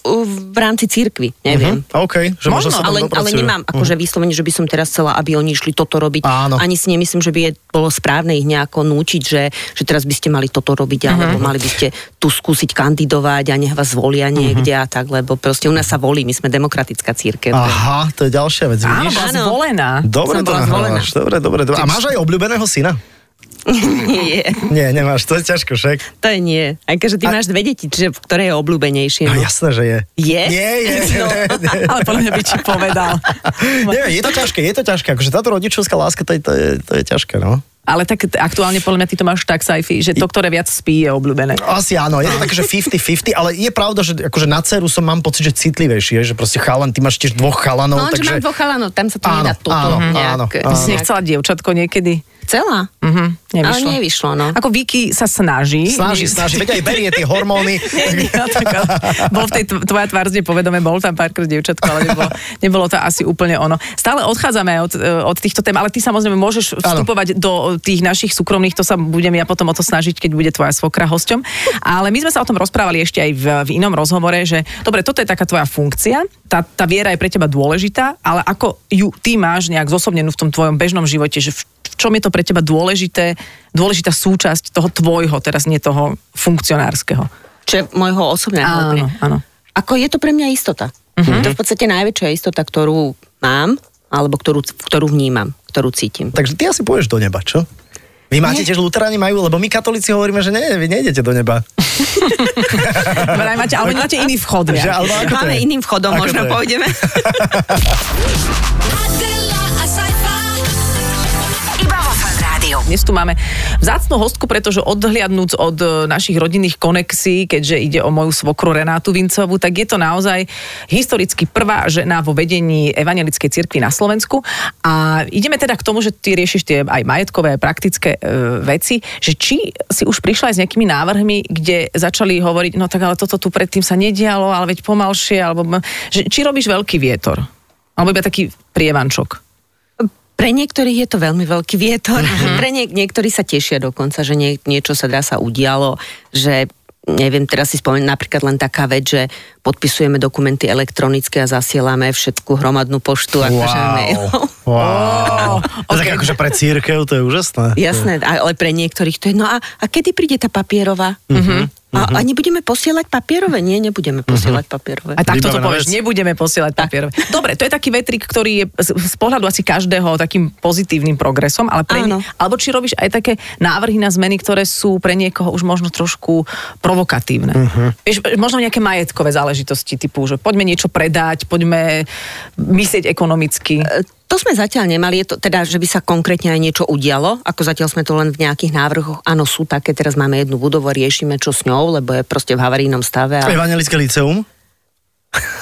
[SPEAKER 4] v rámci cirkvi,
[SPEAKER 2] Mhm.
[SPEAKER 4] neviem.
[SPEAKER 2] OK, že možno, sa tam
[SPEAKER 4] no, ale, ale
[SPEAKER 2] dopracujú.
[SPEAKER 4] nemám akože vyslovene, že by som teraz chcela, aby oni išli toto robiť.
[SPEAKER 2] Mhm. Áno.
[SPEAKER 4] Ani si nemyslím, že by je bolo správne ich nejako núčiť, že, že teraz by ste mali toto robiť, alebo mali by ste tu skúsiť kandidovať a nech
[SPEAKER 2] Mhm.
[SPEAKER 4] vás volia niekde a tak, lebo proste u nás sa volí, my sme demokratická církev.
[SPEAKER 2] Mhm. Aha, to je ďalšia vec,
[SPEAKER 3] Áno,
[SPEAKER 2] vidíš?
[SPEAKER 3] bola
[SPEAKER 4] Áno.
[SPEAKER 3] zvolená.
[SPEAKER 2] Dobre
[SPEAKER 4] som
[SPEAKER 2] to
[SPEAKER 4] bola
[SPEAKER 2] nahrávaš, dobre, dobre, dobre. A máš aj obľúbeného syna?
[SPEAKER 4] [LAUGHS] Nie,
[SPEAKER 2] Nie, nemáš, to je ťažko, však.
[SPEAKER 4] to je nie. Aj že ty máš dve deti, čiže ktoré je obľúbenejšie.
[SPEAKER 2] No
[SPEAKER 4] No.
[SPEAKER 2] jasné, že je.
[SPEAKER 4] Je?
[SPEAKER 2] Nie,
[SPEAKER 4] [LAUGHS]
[SPEAKER 2] je.
[SPEAKER 4] No.
[SPEAKER 2] nie.
[SPEAKER 3] Ale podľa mňa by ti povedal.
[SPEAKER 2] Nie, je to ťažké, je to ťažké. Akože táto rodičovská láska, to je, to je, to je ťažké, no.
[SPEAKER 3] Ale tak t- aktuálne podľa mňa ty to máš tak, Saifi, že to, ktoré viac spí, je obľúbené.
[SPEAKER 2] Asi áno, je to také, že 50-50, ale je pravda, že akože na dceru som mám pocit, že citlivejší, je, že proste chalan, ty máš tiež dvoch chalanov,
[SPEAKER 4] No, lenže
[SPEAKER 2] takže...
[SPEAKER 4] mám dvoch chalanov, tam sa to
[SPEAKER 2] Áno,
[SPEAKER 4] nedá toto
[SPEAKER 2] áno, áno,
[SPEAKER 4] nejak.
[SPEAKER 2] áno.
[SPEAKER 3] Ty si nechcela dievčatko niekedy?
[SPEAKER 4] Chcela,
[SPEAKER 3] Mhm, nevyšlo.
[SPEAKER 4] ale nevyšlo, no.
[SPEAKER 3] Ako Vicky sa snaží.
[SPEAKER 2] [LAUGHS] Snaží,
[SPEAKER 3] Nie-
[SPEAKER 2] snaží, veď aj berie tie
[SPEAKER 4] [LAUGHS]
[SPEAKER 2] hormóny.
[SPEAKER 3] Nie, nie, napríklad. no bol v tej tv- tvoja tvár zde povedome, bol tam párkrát dievčatko, ale nebolo, nebolo to asi úplne ono. Stále odchádzame od, e, od týchto tém, ale ty samozrejme môžeš
[SPEAKER 2] Áno.
[SPEAKER 3] vstupovať do tých našich súkromných, to sa budem ja potom o to snažiť, keď bude tvoja svokra hosťom. Ale my sme sa o tom rozprávali ešte aj v, v inom rozhovore, že dobre, toto je taká tvoja funkcia, tá, tá viera je pre teba dôležitá, ale ako ju ty máš nejak zosobnenú v tom tvojom bežnom živote, že v, v čom je to pre teba dôležité, dôležitá súčasť toho tvojho, teraz nie toho funkcionárskeho.
[SPEAKER 4] Čiže môjho osobného.
[SPEAKER 3] Áno,
[SPEAKER 4] úplne.
[SPEAKER 3] áno.
[SPEAKER 4] Ako je to pre mňa istota. Uh-huh.
[SPEAKER 2] Mhm.
[SPEAKER 4] Je to v podstate najväčšia istota, ktorú mám, alebo ktorú, ktorú vnímam, ktorú cítim.
[SPEAKER 2] Takže ty asi pôjdeš do neba, čo? Vy máte tiež luteráni majú, lebo my katolíci hovoríme, že ne, vy nejdete do neba.
[SPEAKER 3] Dobre, aj máte, ale máte iný vchod.
[SPEAKER 2] Že,
[SPEAKER 3] Ja.
[SPEAKER 2] alebo ako to
[SPEAKER 4] Máme
[SPEAKER 2] je?
[SPEAKER 4] iným vchodom,
[SPEAKER 2] Ako
[SPEAKER 4] možno
[SPEAKER 2] to je? [LAUGHS]
[SPEAKER 4] pôjdeme.
[SPEAKER 5] Adela, a
[SPEAKER 1] Iba vo Fan Rádiu.
[SPEAKER 3] Dnes tu máme vzácnu hostku, pretože odhliadnúc od e, našich rodinných konexí, keďže ide o moju svokru Renátu Vincovú, tak je to naozaj historicky prvá žena vo vedení Evangelickej cirkvi na Slovensku. A ideme teda k tomu, že ty riešiš tie aj majetkové, aj praktické e, veci, že či si už prišla aj s nejakými návrhmi, kde začali hovoriť, no tak ale toto tu predtým sa nedialo, ale veď pomalšie, alebo m- že, či robíš veľký vietor, alebo iba taký prievančok.
[SPEAKER 4] Pre niektorých je to veľmi veľký vietor.
[SPEAKER 2] Mhm.
[SPEAKER 4] Pre niek- niektorí sa tešia dokonca, že nie- niečo sa dá sa udialo, že neviem, teraz si spomeniem napríklad len taká vec, že podpisujeme dokumenty elektronické a zasielame všetku hromadnú poštu a wow. mailom.
[SPEAKER 2] Wow. To je
[SPEAKER 3] okay.
[SPEAKER 2] také akože pre církev, to je úžasné.
[SPEAKER 4] Jasné, a- ale pre niektorých to je. No a, a kedy príde tá papierová?
[SPEAKER 2] Mhm,
[SPEAKER 4] Uh-huh. A, a nebudeme posielať papierové? Nie, nebudeme posielať papierové.
[SPEAKER 3] A takto to
[SPEAKER 2] Vybavená
[SPEAKER 3] povieš,
[SPEAKER 2] vec.
[SPEAKER 3] nebudeme posielať papierové. Dobre, to je taký vetrik, ktorý je z, z pohľadu asi každého takým pozitívnym progresom, ale pre
[SPEAKER 4] Áno.
[SPEAKER 3] nie, alebo či robíš aj také návrhy na zmeny, ktoré sú pre niekoho už možno trošku provokatívne. Uh-huh. Vieš, možno nejaké majetkové záležitosti typu, že poďme niečo predať, poďme myslieť ekonomicky.
[SPEAKER 4] E, To sme zatiaľ nemali, je to, teda, že by sa konkrétne aj niečo udialo, ako zatiaľ sme to len v nejakých návrhoch. Áno, sú také, teraz máme jednu budovu, riešime čo s ňou, lebo je proste v havarínom stave. A...
[SPEAKER 2] Evangelické liceum?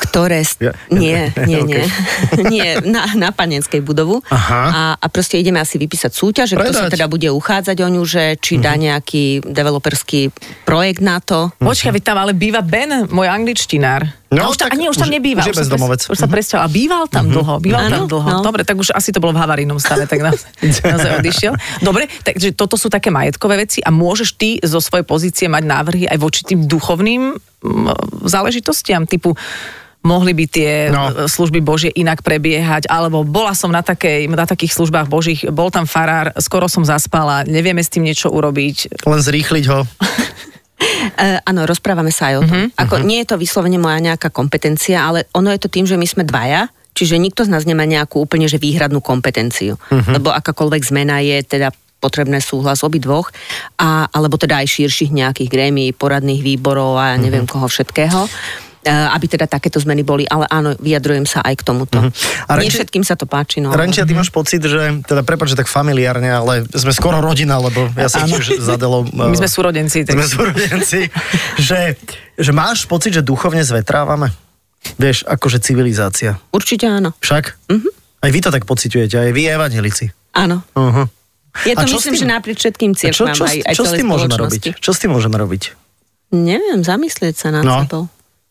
[SPEAKER 4] Ktoré?
[SPEAKER 2] [LAUGHS]
[SPEAKER 4] St-
[SPEAKER 2] Ja-
[SPEAKER 4] nie, nie, nie.
[SPEAKER 2] Ok.
[SPEAKER 4] [LAUGHS] nie, na, na panenskej budovu.
[SPEAKER 2] Aha.
[SPEAKER 4] A, a proste ideme asi vypísať súťaž, že kto sa
[SPEAKER 2] Predať. Mhm.
[SPEAKER 4] teda bude uchádzať o ňu, že či dá nejaký developerský projekt na to.
[SPEAKER 3] Počkaj, veď tam ale býva Ben, môj angličtinár.
[SPEAKER 2] No,
[SPEAKER 3] a už tam,
[SPEAKER 2] tak
[SPEAKER 3] a nie, už tam
[SPEAKER 2] už-
[SPEAKER 3] nebýva.
[SPEAKER 2] už je Mhm.
[SPEAKER 3] sa pres-
[SPEAKER 2] bezdomovec.
[SPEAKER 3] Už sa presťahol. A býval tam dlho, býval tam
[SPEAKER 4] Áno,
[SPEAKER 3] dlho.
[SPEAKER 4] no.
[SPEAKER 3] Dobre, tak už asi to bolo v havarínom stave, tak
[SPEAKER 2] [LAUGHS]
[SPEAKER 3] naozaj, naozaj odišiel. Dobre, takže toto sú také majetkové veci a môžeš ty zo svojej pozície mať návrhy aj voči tým duchovným mm, záležitostiam, typu mohli by tie
[SPEAKER 2] No.
[SPEAKER 3] no. služby Božie inak prebiehať, alebo bola som na, takej, na takých službách Božích, bol tam farár, skoro som zaspala, nevieme s tým niečo urobiť,
[SPEAKER 2] Len zrýchliť ho.
[SPEAKER 4] E, áno, rozprávame sa aj o
[SPEAKER 2] Mhm,
[SPEAKER 4] tom. Ako, Nie je to vyslovene moja nejaká kompetencia, ale ono je to tým, že my sme dvaja, čiže nikto z nás nemá nejakú úplne že výhradnú kompetenciu.
[SPEAKER 2] Mhm.
[SPEAKER 4] Lebo akákoľvek zmena je teda potrebné súhlas obidvoch, a, alebo teda aj širších nejakých grémií, poradných výborov
[SPEAKER 2] Mhm.
[SPEAKER 4] a ja neviem koho všetkého e, aby teda takéto zmeny boli, ale áno, vyjadrujem sa aj k tomuto.
[SPEAKER 2] Mhm. A
[SPEAKER 4] Nie
[SPEAKER 2] Renči-
[SPEAKER 4] všetkým sa to páči, no. ale-
[SPEAKER 2] Renčia,
[SPEAKER 3] mhm.
[SPEAKER 2] ty máš pocit, že, teda prepáč, že tak familiárne, ale sme skoro rodina, lebo ja sa tiež
[SPEAKER 3] [LAUGHS]
[SPEAKER 2] zadelo...
[SPEAKER 3] My sme súrodenci, tak-
[SPEAKER 2] Tak... Sme súrodenci. že, že máš pocit, že duchovne zvetrávame? Vieš, akože civilizácia.
[SPEAKER 4] Určite áno.
[SPEAKER 2] Však?
[SPEAKER 3] Mhm.
[SPEAKER 2] Aj vy to tak pociťujete, aj vy evangelici.
[SPEAKER 4] Áno.
[SPEAKER 2] Uh-huh.
[SPEAKER 4] Je
[SPEAKER 2] A
[SPEAKER 4] to
[SPEAKER 2] čo s
[SPEAKER 4] myslím,
[SPEAKER 2] tým?
[SPEAKER 4] že naprieč všetkým
[SPEAKER 2] A čo,
[SPEAKER 4] cirkvám
[SPEAKER 2] čo,
[SPEAKER 4] aj, aj
[SPEAKER 2] čo s
[SPEAKER 4] celej
[SPEAKER 2] tým môžeme
[SPEAKER 4] spoločnosti.
[SPEAKER 2] robiť? Čo s tým môžeme robiť?
[SPEAKER 4] Neviem, zamyslieť sa nad
[SPEAKER 2] No.
[SPEAKER 4] sebou.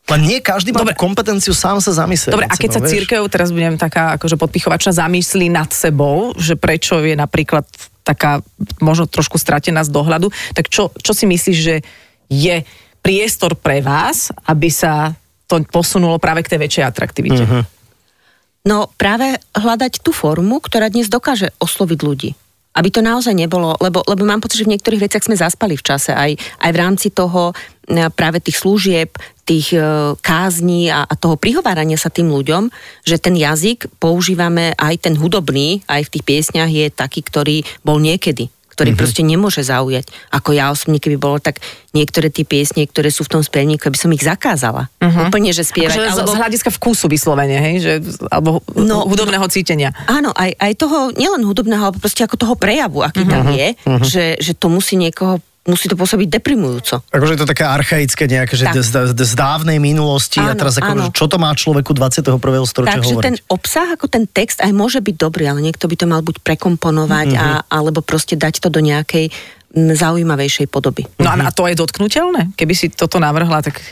[SPEAKER 2] Len nie každý má
[SPEAKER 3] Dobre.
[SPEAKER 2] tú kompetenciu sám sa zamyslieť.
[SPEAKER 3] Dobre, a
[SPEAKER 2] nad
[SPEAKER 3] keď sa
[SPEAKER 2] sebou, vieš?
[SPEAKER 3] církev, teraz budem taká akože podpichovačná, zamyslí nad sebou, že prečo je napríklad taká možno trošku stratená z dohľadu, tak čo, čo si myslíš, že je priestor pre vás, aby sa to posunulo práve k tej väčšej atraktivite?
[SPEAKER 2] Mhm.
[SPEAKER 3] Uh-huh.
[SPEAKER 4] No práve hľadať tú formu, ktorá dnes dokáže osloviť ľudí. Aby to naozaj nebolo, lebo, lebo mám pocit, že v niektorých veciach sme zaspali v čase, aj, aj v rámci toho e, práve tých služieb, tých e, kázní a, a toho prihovárania sa tým ľuďom, že ten jazyk používame aj ten hudobný, aj v tých piesniach je taký, ktorý bol niekedy ktorý mm-hmm. proste nemôže zaujať. Ako ja osobne, keby bolo tak niektoré tie piesne, ktoré sú v tom spevníku, by som ich zakázala. Mm-hmm. Úplne, že spievať.
[SPEAKER 3] Akože z, z hľadiska vkusu vyslovene, hej? Že, alebo no,
[SPEAKER 4] No,
[SPEAKER 3] hudobného cítenia.
[SPEAKER 4] Áno, aj, aj toho, nielen hudobného, ale proste ako toho prejavu, aký tam je, že, že to musí niekoho, musí to pôsobiť deprimujúco.
[SPEAKER 2] Akože je to také archaické nejaké, že
[SPEAKER 4] Tak.
[SPEAKER 2] z, z, z dávnej minulosti a
[SPEAKER 4] Áno,
[SPEAKER 2] teraz
[SPEAKER 4] áno.
[SPEAKER 2] ako, že čo to má človeku 21. storočia
[SPEAKER 4] Takže
[SPEAKER 2] hovoriť?
[SPEAKER 4] ten obsah, ako ten text aj môže byť dobrý, ale niekto by to mal buď prekomponovať, a, alebo proste dať to do nejakej mm, zaujímavejšej podoby.
[SPEAKER 3] No a, a
[SPEAKER 2] Mhm.
[SPEAKER 3] to je dotknutelné? Keby si toto navrhla, tak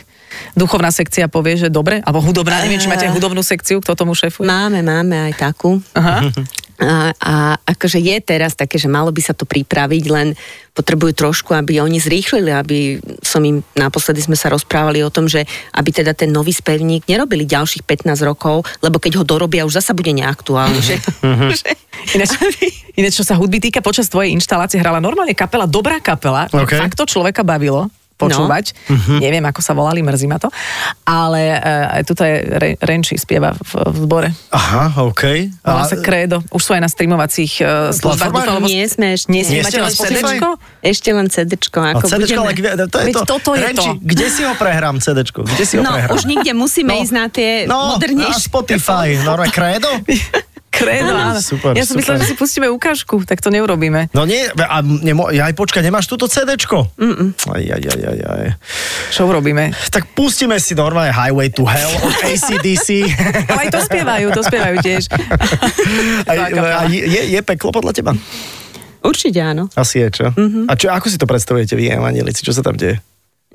[SPEAKER 3] duchovná sekcia povie, že dobre, alebo hudobná, neviem, či máte hudobnú sekciu, kto tomu šéfuje?
[SPEAKER 4] Máme, máme aj takú.
[SPEAKER 2] Mhm.
[SPEAKER 3] Aha.
[SPEAKER 4] A, a akože je teraz také, že malo by sa to pripraviť, len potrebujú trošku, aby oni zrýchlili, aby som im, naposledy sme sa rozprávali o tom, že aby teda ten nový spevník nerobili ďalších 15 rokov, lebo keď ho dorobia, už zasa bude neaktuálny. Že,
[SPEAKER 2] Mhm.
[SPEAKER 4] [LAUGHS] že,
[SPEAKER 3] Ináč, ináč, čo sa hudby týka, počas tvojej inštalácie hrala normálne kapela, dobrá kapela.
[SPEAKER 2] OK. Mhm.
[SPEAKER 3] Fakt to človeka bavilo počúvať. No. Neviem, ako sa volali, mrzí ma to. Ale e, tuto je Re- Renči spieva v, v zbore.
[SPEAKER 2] Aha, OK.
[SPEAKER 3] Volá sa Credo. Už sú aj na streamovacích e, službách.
[SPEAKER 2] Platformách?
[SPEAKER 3] Dúfam, lebo-
[SPEAKER 4] nie sme ešte.
[SPEAKER 3] Nie,
[SPEAKER 2] Nie ste
[SPEAKER 3] máte
[SPEAKER 2] na
[SPEAKER 3] len
[SPEAKER 2] Spotify?
[SPEAKER 3] CDčko?
[SPEAKER 4] No, Ešte len CDčko.
[SPEAKER 2] A
[SPEAKER 4] Ako
[SPEAKER 2] No, CDčko, ale
[SPEAKER 4] budeme.
[SPEAKER 2] kde- to je
[SPEAKER 3] Veď
[SPEAKER 2] to.
[SPEAKER 3] toto je
[SPEAKER 2] Renči,
[SPEAKER 3] to.
[SPEAKER 2] kde si ho prehrám CDčko? Kde si ho
[SPEAKER 4] No,
[SPEAKER 2] prehrám?
[SPEAKER 4] už nikde musíme ísť na tie
[SPEAKER 2] no, na
[SPEAKER 4] modernejšie.
[SPEAKER 2] Spotify, normálne credo?
[SPEAKER 3] Credo,
[SPEAKER 2] Áno.
[SPEAKER 3] áno.
[SPEAKER 2] Super,
[SPEAKER 3] ja som myslela,
[SPEAKER 2] super.
[SPEAKER 3] že si pustíme ukážku, tak to neurobíme.
[SPEAKER 2] No nie, a nemo, aj počka, nemáš túto CDčko? Mm-mm. Aj, aj, aj, aj, aj.
[SPEAKER 3] Čo urobíme?
[SPEAKER 2] Tak pustíme si normálne Highway to Hell od
[SPEAKER 4] [LAUGHS]
[SPEAKER 2] ACDC.
[SPEAKER 3] Ale aj to spievajú, to spievajú tiež.
[SPEAKER 2] Aj,
[SPEAKER 3] Tá kapela.
[SPEAKER 2] a je, je je peklo podľa teba?
[SPEAKER 4] Určite áno.
[SPEAKER 2] Asi je, čo?
[SPEAKER 3] Mhm.
[SPEAKER 2] Mm-hmm. A čo, ako si to predstavujete vy, evangelici? Čo sa tam deje?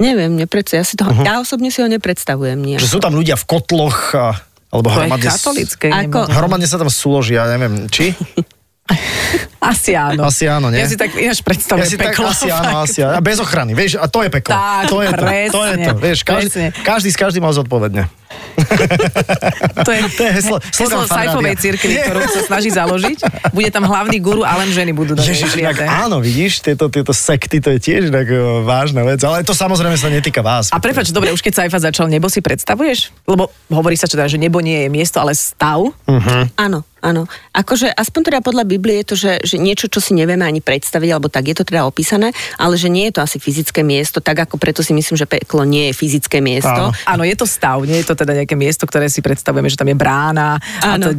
[SPEAKER 4] Neviem, nepredstav, ja, si to,
[SPEAKER 2] Mhm.
[SPEAKER 4] ja osobne si ho nepredstavujem. Nie.
[SPEAKER 2] Že sú tam ľudia v kotloch, a, alebo
[SPEAKER 3] To je
[SPEAKER 2] hromadne, s-
[SPEAKER 3] katolické.
[SPEAKER 4] Ako-
[SPEAKER 2] hromadne sa tam súložia, neviem,
[SPEAKER 3] [LAUGHS]
[SPEAKER 2] či?
[SPEAKER 3] Asi áno.
[SPEAKER 2] Asi áno, nie?
[SPEAKER 3] Ja si tak ináč predstavujem
[SPEAKER 2] Ja si
[SPEAKER 3] peklo.
[SPEAKER 2] tak, asi áno,
[SPEAKER 3] [LAUGHS] fakt.
[SPEAKER 2] asi áno. A bez ochrany, vieš, a to je peklo.
[SPEAKER 3] Tak,
[SPEAKER 2] to je to, to, je
[SPEAKER 3] presne,
[SPEAKER 2] to. Vieš, každý,
[SPEAKER 3] presne.
[SPEAKER 2] každý s každým mal zodpovedne.
[SPEAKER 3] To je,
[SPEAKER 2] To je heslo- slogan
[SPEAKER 3] heslo
[SPEAKER 2] Fan
[SPEAKER 3] sajfovej
[SPEAKER 2] Rádia.
[SPEAKER 3] cirkvi,
[SPEAKER 2] Nie.
[SPEAKER 3] ktorú sa snaží založiť. Bude tam hlavný guru a len ženy budú do nej
[SPEAKER 2] Ježiš, inak,
[SPEAKER 3] prijaté.
[SPEAKER 2] áno, vidíš, tieto, tieto sekty, to je tiež tak, o, vážna vec, ale to samozrejme sa netýka vás.
[SPEAKER 3] A prepač, dobre, už keď
[SPEAKER 2] Hm.
[SPEAKER 3] Saifa začal, nebo si predstavuješ? Lebo hovorí sa, čo teda, že nebo nie je miesto, ale stav.
[SPEAKER 4] Áno. Áno. Akože aspoň teda podľa Biblie je to, že, že niečo, čo si nevieme ani predstaviť, alebo tak je to teda opísané, ale že nie je to asi fyzické miesto, tak ako preto si myslím, že peklo nie je fyzické
[SPEAKER 2] Áno.
[SPEAKER 4] miesto.
[SPEAKER 3] Áno, je to stav, nie je to teda nejaké miesto, ktoré si predstavujeme, že tam je brána a
[SPEAKER 4] Áno.
[SPEAKER 3] to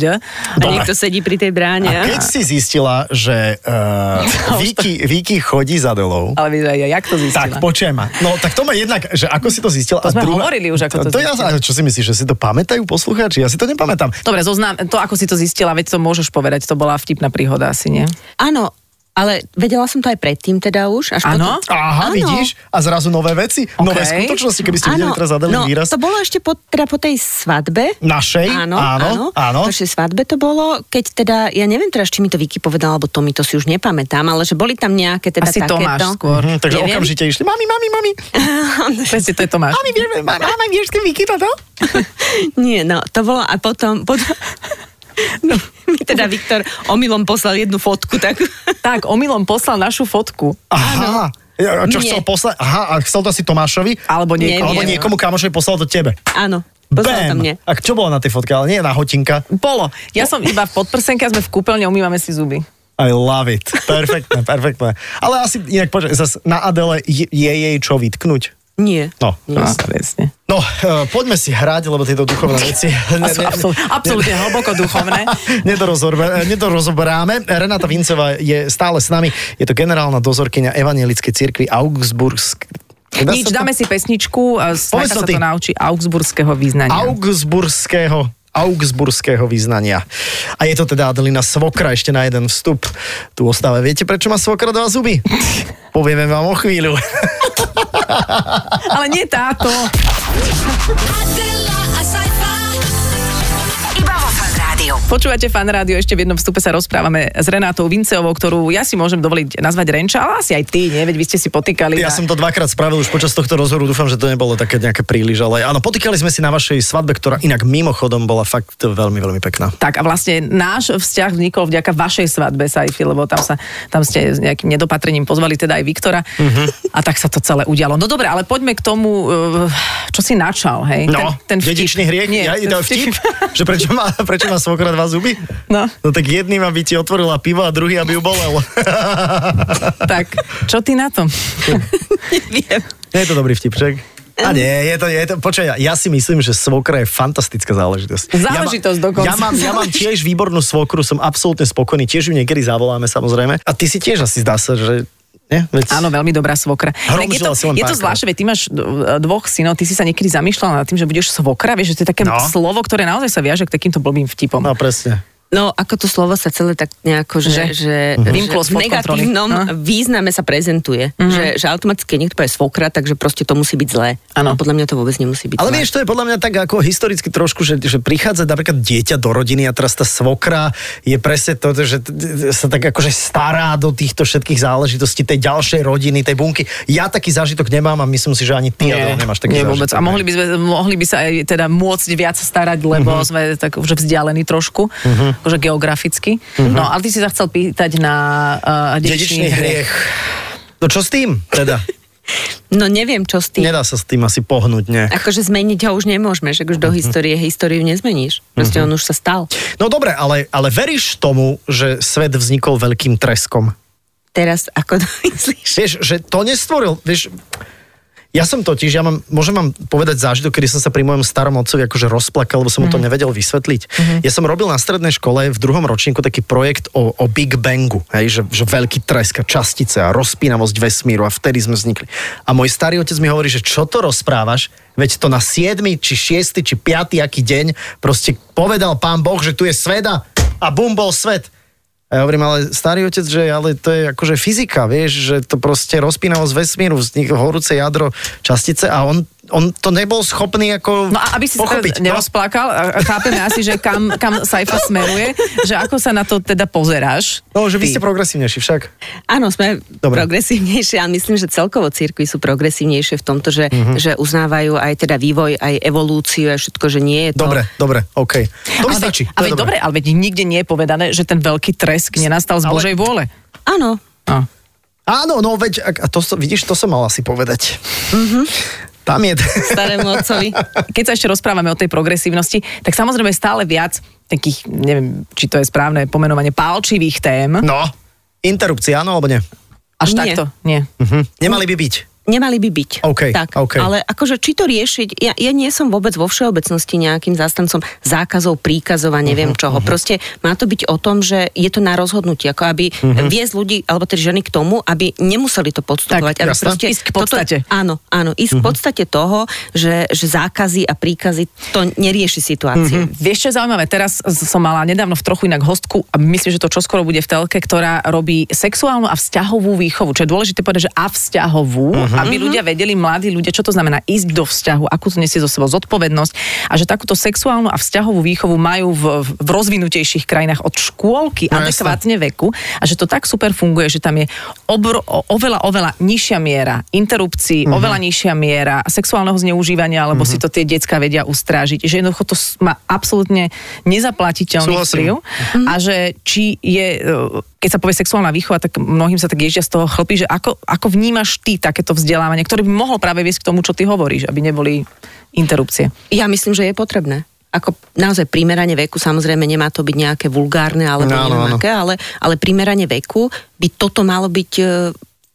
[SPEAKER 4] A niekto sedí pri tej bráne.
[SPEAKER 2] A keď si zistila, že
[SPEAKER 3] [LAUGHS]
[SPEAKER 2] uh, Viki, Viki chodí za dolou,
[SPEAKER 3] Ale vieš, aj ja, jak to zistila?
[SPEAKER 2] tak počujem ma. No tak to ma jednak, že ako si to zistila.
[SPEAKER 3] To sme hovorili už, ako to
[SPEAKER 2] to, to ja, a
[SPEAKER 3] zistila.
[SPEAKER 2] čo si myslíš, že si to pamätajú poslucháči? Ja si to nepamätám.
[SPEAKER 3] Dobre, zoznám, to ako si to zistila, veď to môžeš povedať, to bola vtipná príhoda asi,
[SPEAKER 2] [LAUGHS]
[SPEAKER 3] nie?
[SPEAKER 4] Áno, ale vedela som to aj predtým teda už. Až
[SPEAKER 3] Áno?
[SPEAKER 4] potom-
[SPEAKER 2] Aha,
[SPEAKER 4] Áno.
[SPEAKER 2] vidíš? A zrazu nové veci, okay. nové
[SPEAKER 3] Okej.
[SPEAKER 2] skutočnosti, keby ste videli teraz zadelý
[SPEAKER 4] no,
[SPEAKER 2] výraz.
[SPEAKER 4] to bolo ešte po, teda po tej svadbe.
[SPEAKER 2] Našej?
[SPEAKER 4] Áno,
[SPEAKER 2] Áno,
[SPEAKER 4] áno.
[SPEAKER 2] áno.
[SPEAKER 4] Po našej svadbe to bolo, keď teda, ja neviem teraz, či mi to Vicky povedala, alebo to mi to si už nepamätám, ale že boli tam nejaké teda
[SPEAKER 3] asi
[SPEAKER 4] takéto.
[SPEAKER 3] Tomáš skôr.
[SPEAKER 2] Hm, takže
[SPEAKER 4] neviem.
[SPEAKER 2] okamžite išli, mami, mami, mami,
[SPEAKER 3] Presne to je Tomáš.
[SPEAKER 2] mami,
[SPEAKER 4] [LAUGHS]
[SPEAKER 2] vieš, mami, mami, vieš, keď Viki toto?
[SPEAKER 4] Nie, no, to bolo a potom... potom no, [LAUGHS] mi teda Viktor omylom poslal jednu fotku, tak...
[SPEAKER 3] Tak, omylom poslal našu fotku.
[SPEAKER 2] Aha. Ja, čo
[SPEAKER 4] Nie.
[SPEAKER 2] chcel poslať? Aha, a chcel to asi Tomášovi?
[SPEAKER 3] Alebo niekomu.
[SPEAKER 2] Alebo niekomu kamošovi poslal to tebe.
[SPEAKER 4] Áno, poslal to
[SPEAKER 2] Bam.
[SPEAKER 4] mne.
[SPEAKER 2] A čo bolo na tej fotke? Ale nie na hotinka.
[SPEAKER 3] Bolo. Ja som iba v podprsenke a sme v kúpeľni a umývame si zuby.
[SPEAKER 2] I love it. Perfektné, [LAUGHS] perfektné. Ale asi inak počkaj, zas na Adele je, je jej čo vytknúť.
[SPEAKER 4] Nie.
[SPEAKER 2] No,
[SPEAKER 3] No,
[SPEAKER 4] [LAUGHS]
[SPEAKER 3] presne.
[SPEAKER 2] no e, poďme si hrať, lebo tieto duchovné [LAUGHS] veci...
[SPEAKER 3] A sú absol- absolútne hlboko duchovné.
[SPEAKER 2] [LAUGHS] Nedorozorbe- Nedorozoberáme. Renata Vincová je stále s nami. Je to generálna dozorkyňa Evangelickej cirkvi Augsburgsk... Dá
[SPEAKER 3] Nič,
[SPEAKER 2] sa to-
[SPEAKER 3] dáme si pesničku, a
[SPEAKER 2] Povedz
[SPEAKER 3] Snajka
[SPEAKER 2] to
[SPEAKER 3] sa
[SPEAKER 2] ty.
[SPEAKER 3] to naučí augsburského význania.
[SPEAKER 2] Augsburského augsburského význania. A je to teda Adelina Svokra, ešte na jeden vstup. Tu ostáva. Viete, prečo má Svokra dva [LAUGHS] zuby? Povieme vám o chvíľu.
[SPEAKER 3] Ale nie táto.
[SPEAKER 5] Adela, a
[SPEAKER 1] Iba vo Fan Rádiu.
[SPEAKER 3] Počúvate fan rádio, ešte v jednom vstupe sa rozprávame s Renátou Vinceovou, ktorú ja si môžem dovoliť nazvať Renča, ale asi aj ty, nie? Veď vy ste si potýkali.
[SPEAKER 2] Ja
[SPEAKER 3] na-
[SPEAKER 2] som to dvakrát spravil už počas tohto rozhoru, dúfam, že to nebolo také nejaké príliš, ale áno, potýkali sme si na vašej svadbe, ktorá inak mimochodom bola fakt veľmi, veľmi pekná.
[SPEAKER 3] Tak a vlastne náš vzťah vznikol vďaka vašej svadbe, Saifi, lebo tam, sa, tam ste s nejakým nedopatrením pozvali teda aj Viktora
[SPEAKER 2] Mhm.
[SPEAKER 3] a tak sa to celé udialo. No dobre, ale poďme k tomu, eh, čo si načal, hej?
[SPEAKER 2] No, ten, ten
[SPEAKER 3] vtip.
[SPEAKER 2] dedičný hriech?
[SPEAKER 3] Nie,
[SPEAKER 2] ja,
[SPEAKER 3] ten
[SPEAKER 2] ten vtip, že prečo má, prečo má svokra dva zuby?
[SPEAKER 3] No.
[SPEAKER 2] no tak jedným, aby ti otvorila pivo a druhý, aby ju
[SPEAKER 3] [LAUGHS]
[SPEAKER 2] bolel.
[SPEAKER 3] [LAUGHS] Tak, čo ty na tom?
[SPEAKER 4] Neviem.
[SPEAKER 2] Nie je to dobrý vtipček. A nie, je to, je to, počkaj, ja si myslím, že svokra je fantastická záležitosť.
[SPEAKER 3] Záležitosť
[SPEAKER 2] ja mám,
[SPEAKER 3] dokonca.
[SPEAKER 2] Ja mám, ja mám tiež výbornú svokru, som absolútne spokojný, tiež ju niekedy zavoláme samozrejme. A ty si tiež asi zdá sa, že... Nie? Veď...
[SPEAKER 3] Áno, veľmi dobrá svokra.
[SPEAKER 2] Hrom
[SPEAKER 3] Inak je to,
[SPEAKER 2] žila Silon
[SPEAKER 3] je to
[SPEAKER 2] Parker.
[SPEAKER 3] zvláštne, veď ty máš d- dvoch synov, ty si sa niekedy zamýšľala nad tým, že budeš svokra, vieš, že to je také
[SPEAKER 2] No.
[SPEAKER 3] no. slovo, ktoré naozaj sa viaže k takýmto blbým vtipom.
[SPEAKER 2] No presne.
[SPEAKER 4] No, ako to slovo sa celé tak nejako, že,
[SPEAKER 3] Že?
[SPEAKER 4] že,
[SPEAKER 3] Mhm.
[SPEAKER 4] že,
[SPEAKER 3] Vymklo
[SPEAKER 4] v
[SPEAKER 3] spod kontroly.
[SPEAKER 4] negatívnom
[SPEAKER 3] No.
[SPEAKER 4] význame sa prezentuje. Že, že automaticky niekto povie svokra, takže proste to musí byť zlé.
[SPEAKER 3] Áno.
[SPEAKER 4] A podľa mňa to vôbec nemusí byť
[SPEAKER 2] Ale
[SPEAKER 4] zlé.
[SPEAKER 2] vieš, to je podľa mňa tak ako historicky trošku, že, že prichádza napríklad dieťa do rodiny a teraz tá svokra je presne to, že t- t- sa tak akože stará do týchto všetkých záležitostí tej ďalšej rodiny, tej bunky. Ja taký zážitok nemám a myslím si, že ani ty Adela, nemáš taký
[SPEAKER 3] nie vôbec.
[SPEAKER 2] zážitok.
[SPEAKER 3] A mohli by, sme, mohli by sa aj teda môcť viac starať,
[SPEAKER 2] Mhm.
[SPEAKER 3] lebo uh-huh. sme tak už vzdialení trošku, uh-huh. akože geograficky. Uh-huh. No, ale ty si sa chcel pýtať na uh,
[SPEAKER 2] Mhm. Dedičný hriech. No čo s tým
[SPEAKER 3] [LAUGHS]
[SPEAKER 2] teda?
[SPEAKER 4] No neviem, čo s tým.
[SPEAKER 2] Nedá sa s tým asi pohnúť, nie?
[SPEAKER 4] Akože zmeniť ho už nemôžeme, že už
[SPEAKER 2] Mhm.
[SPEAKER 4] do histórie históriu nezmeníš. Proste on už sa stal.
[SPEAKER 2] No dobre, ale, ale veríš tomu, že svet vznikol veľkým treskom?
[SPEAKER 4] Teraz ako [LAUGHS] to myslíš?
[SPEAKER 2] Vieš, že to nestvoril, vieš... Ja som totiž, ja mám, môžem vám povedať zážitok, kedy som sa pri mojom starom otcovi akože rozplakal, lebo som mu to nevedel vysvetliť. Ja som robil na strednej škole v druhom ročníku taký projekt o, o Big Bangu, hej, že, že veľký tresk a častice a rozpínavosť vesmíru a vtedy sme vznikli. A môj starý otec mi hovorí, že čo to rozprávaš, veď to na 7. či 6. či 5. aký deň proste povedal pán Boh, že tu je sveda a bum bol svet. A ja hovorím, ale starý otec, že ale to je akože fyzika, vieš, že to proste rozpínalo z vesmíru, vzniklo horúce jadro častice a on, on to nebol schopný ako
[SPEAKER 3] No a aby si
[SPEAKER 2] pochopiť.
[SPEAKER 3] sa teda nerozplakal, a- a chápeme asi, že kam, kam Saifa smeruje, že ako sa na to teda pozeráš.
[SPEAKER 2] no, no, že vy
[SPEAKER 3] ty.
[SPEAKER 2] ste progresívnejší však.
[SPEAKER 4] Áno, sme
[SPEAKER 2] Dobre.
[SPEAKER 4] Dobre. progresívnejšie, ale myslím, že celkovo cirkvi sú progresívnejšie v tomto, že, že uznávajú aj teda vývoj, aj evolúciu, aj všetko, že nie je
[SPEAKER 3] No.
[SPEAKER 4] to...
[SPEAKER 2] Dobre, dobre, OK. To mi
[SPEAKER 3] Ale veď-
[SPEAKER 2] stačí.
[SPEAKER 3] A
[SPEAKER 2] to je
[SPEAKER 3] veď dobre,
[SPEAKER 2] dobré.
[SPEAKER 3] ale veď nikde nie je povedané, že ten veľký tresk nenastal z
[SPEAKER 2] Ale-
[SPEAKER 3] Božej vôle. No.
[SPEAKER 4] Áno,
[SPEAKER 3] A.
[SPEAKER 2] Áno, no veď, ak- a to, som- vidíš, to som mal asi povedať.
[SPEAKER 3] Mhm.
[SPEAKER 2] Tam je... [LAUGHS]
[SPEAKER 4] starému otcovi.
[SPEAKER 3] keď sa ešte rozprávame o tej progresívnosti, tak samozrejme stále viac takých, neviem, či to je správne pomenovanie, palčivých tém.
[SPEAKER 2] No, interrupcia, áno alebo nie?
[SPEAKER 3] Až
[SPEAKER 4] Nie.
[SPEAKER 3] takto? Nie.
[SPEAKER 2] Hm. Nemali by byť.
[SPEAKER 4] Nemali by byť.
[SPEAKER 2] OK,
[SPEAKER 4] tak,
[SPEAKER 2] OK.
[SPEAKER 4] Ale akože či to riešiť, ja, ja nie som vôbec vo všeobecnosti nejakým zástancom zákazov, príkazov a neviem
[SPEAKER 3] Mhm,
[SPEAKER 4] čoho. Proste má to byť o tom, že je to na rozhodnutie, ako aby
[SPEAKER 3] Mhm.
[SPEAKER 4] viesť ľudí, alebo teda ženy k tomu, aby nemuseli to podstupovať.
[SPEAKER 3] Tak,
[SPEAKER 4] aby
[SPEAKER 2] jasné.
[SPEAKER 3] Ísť k podstate. Mhm.
[SPEAKER 4] Toto, áno, áno, ísť k podstate toho, že, že zákazy a príkazy to nerieši situáciu.
[SPEAKER 3] Vieš, čo je zaujímavé? Teraz som mala nedávno v trochu inak hostku a myslím, že to čoskoro bude v telke, ktorá robí sexuálnu a vzťahovú výchovu. Čo je dôležité povedať, že a vzťahovú,
[SPEAKER 2] Mhm.
[SPEAKER 3] aby ľudia vedeli, mladí ľudia, čo to znamená ísť do vzťahu, akú to nesie zo sebou zodpovednosť a že takúto sexuálnu a vzťahovú výchovu majú v, v- v rozvinutejších krajinách od škôlky
[SPEAKER 2] No, jasné.
[SPEAKER 3] adekvátne vlastne veku a že to tak super funguje, že tam je obr, o, oveľa, oveľa nižšia miera interrupcií, uh-huh. oveľa nižšia miera sexuálneho zneužívania, alebo uh-huh. si to tie decka vedia ustrážiť. Že jednoducho to s- má absolútne nezaplatiteľný
[SPEAKER 2] Súhlasím.
[SPEAKER 3] vplyv a že či je, e, keď sa povie sexuálna výchova, tak mnohým sa tak ježia z toho chlpy, že ako, ako vnímaš ty takéto vzdelávanie, ktoré by mohlo práve viesť k tomu, čo ty hovoríš, aby neboli interrupcie.
[SPEAKER 4] Ja myslím, že je potrebné. Ako naozaj primeranie veku, samozrejme nemá to byť nejaké vulgárne alebo
[SPEAKER 2] Áno,
[SPEAKER 4] no, neviem
[SPEAKER 2] áno.
[SPEAKER 4] aké, ale, ale primeranie veku by toto malo byť e,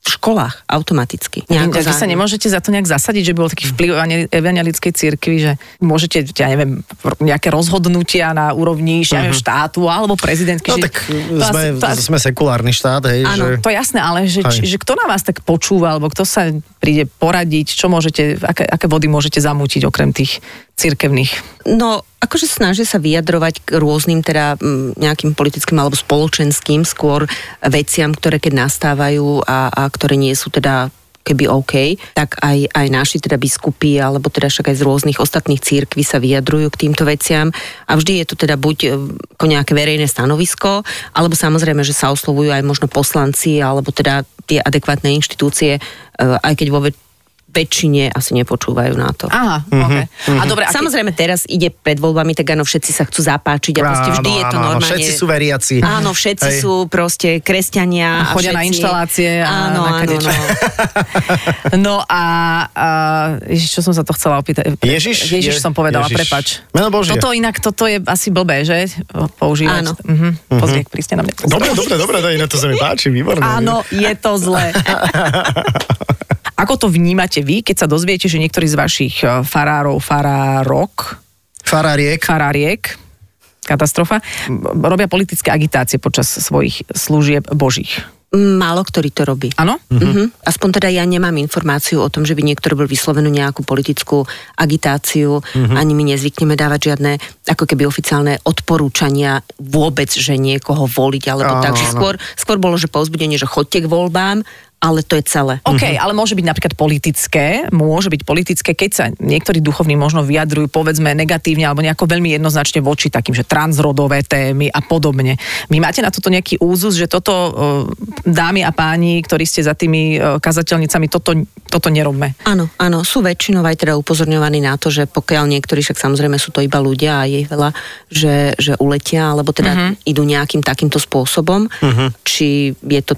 [SPEAKER 4] v školách automaticky. nejako
[SPEAKER 3] Takže sa
[SPEAKER 4] zároveň.
[SPEAKER 3] nemôžete za to nejak zasadiť, že bol taký vplyv evane- evangelickej cirkvi, že môžete, ja neviem, r- nejaké rozhodnutia na úrovni ja neviem, štátu alebo prezidentky.
[SPEAKER 2] Mhm. No
[SPEAKER 3] že-
[SPEAKER 2] tak
[SPEAKER 3] to asi-
[SPEAKER 2] sme,
[SPEAKER 3] to asi-
[SPEAKER 2] sme sekulárny štát, hej, že...
[SPEAKER 3] Áno, to je jasné, ale že,
[SPEAKER 2] Aj.
[SPEAKER 3] či, že kto na vás tak počúva, alebo kto sa príde poradiť, čo môžete, aké, aké vody môžete zamútiť okrem tých cirkevných.
[SPEAKER 4] No, akože snažia sa vyjadrovať k rôznym teda mm, nejakým politickým alebo spoločenským skôr veciam, ktoré keď nastávajú a, a ktoré nie sú teda keby OK, tak aj, aj naši teda biskupy, alebo teda však aj z rôznych ostatných církví sa vyjadrujú k týmto veciam a vždy je to teda buď e, ako nejaké verejné stanovisko, alebo samozrejme, že sa oslovujú aj možno poslanci, alebo teda tie adekvátne inštitúcie, e, aj keď vo väč- väčšine asi nepočúvajú na to.
[SPEAKER 3] Aha,
[SPEAKER 2] Mhm.
[SPEAKER 3] mm-hmm, okay. A dobre, a keď-
[SPEAKER 4] Samozrejme, teraz ide pred voľbami, tak áno, všetci sa chcú zapáčiť a proste vždy
[SPEAKER 2] Áno,
[SPEAKER 4] je to
[SPEAKER 2] áno, áno,
[SPEAKER 4] normálne.
[SPEAKER 2] Všetci sú veriaci.
[SPEAKER 4] Áno, všetci
[SPEAKER 2] Hej.
[SPEAKER 4] sú proste kresťania.
[SPEAKER 3] A chodia
[SPEAKER 4] všetci...
[SPEAKER 3] na inštalácie a
[SPEAKER 4] áno,
[SPEAKER 3] na
[SPEAKER 4] áno,
[SPEAKER 3] kadečo.
[SPEAKER 4] no.
[SPEAKER 3] No a, a ježiš, čo som sa to chcela opýtať? Pre-
[SPEAKER 2] Ježiš?
[SPEAKER 3] Ježiš
[SPEAKER 2] Je-
[SPEAKER 3] som povedala,
[SPEAKER 2] Ježiš.
[SPEAKER 3] prepač.
[SPEAKER 2] Meno Božie.
[SPEAKER 3] Toto inak, toto je asi blbé, že? Používať.
[SPEAKER 4] Áno.
[SPEAKER 3] Mhm. Pozri, ak prísne na mňa.
[SPEAKER 2] Dobre, dobre, dobre, to, iné, to sa mi páči, výborné.
[SPEAKER 3] Áno, je to zlé. Ako to vnímate vy, keď sa dozviete, že niektorý z vašich eh, farárov, farárok,
[SPEAKER 2] Faráriek.
[SPEAKER 3] faráriek, katastrofa, m, robia politické agitácie počas svojich služieb božích.
[SPEAKER 4] Málo ktorý to robí.
[SPEAKER 3] Áno?
[SPEAKER 4] Mhm. Aspoň teda ja nemám informáciu o tom, že by niekto robil vyslovenú nejakú politickú agitáciu,
[SPEAKER 3] Mhm.
[SPEAKER 4] ani my nezvykneme dávať žiadne ako keby oficiálne odporúčania vôbec, že niekoho voliť alebo
[SPEAKER 2] Áno,
[SPEAKER 4] tak. Že
[SPEAKER 2] áno.
[SPEAKER 4] skôr, skôr bolo, že povzbudenie, že chodte k voľbám, ale to je celé.
[SPEAKER 3] OK, ale môže byť napríklad politické, môže byť politické, keď sa niektorí duchovní možno vyjadrujú, povedzme, negatívne alebo nejako veľmi jednoznačne voči takým, že transrodové témy a podobne. Vy máte na toto nejaký úzus, že toto, eh, dámy a páni, ktorí ste za tými eh, kazateľnicami, toto, toto nerobme.
[SPEAKER 4] Áno, áno, sú väčšinou aj teda upozorňovaní na to, že pokiaľ niektorí, však samozrejme sú to iba ľudia a je ich veľa, že, že uletia, alebo teda
[SPEAKER 3] Mhm.
[SPEAKER 4] idú nejakým takýmto spôsobom, či je to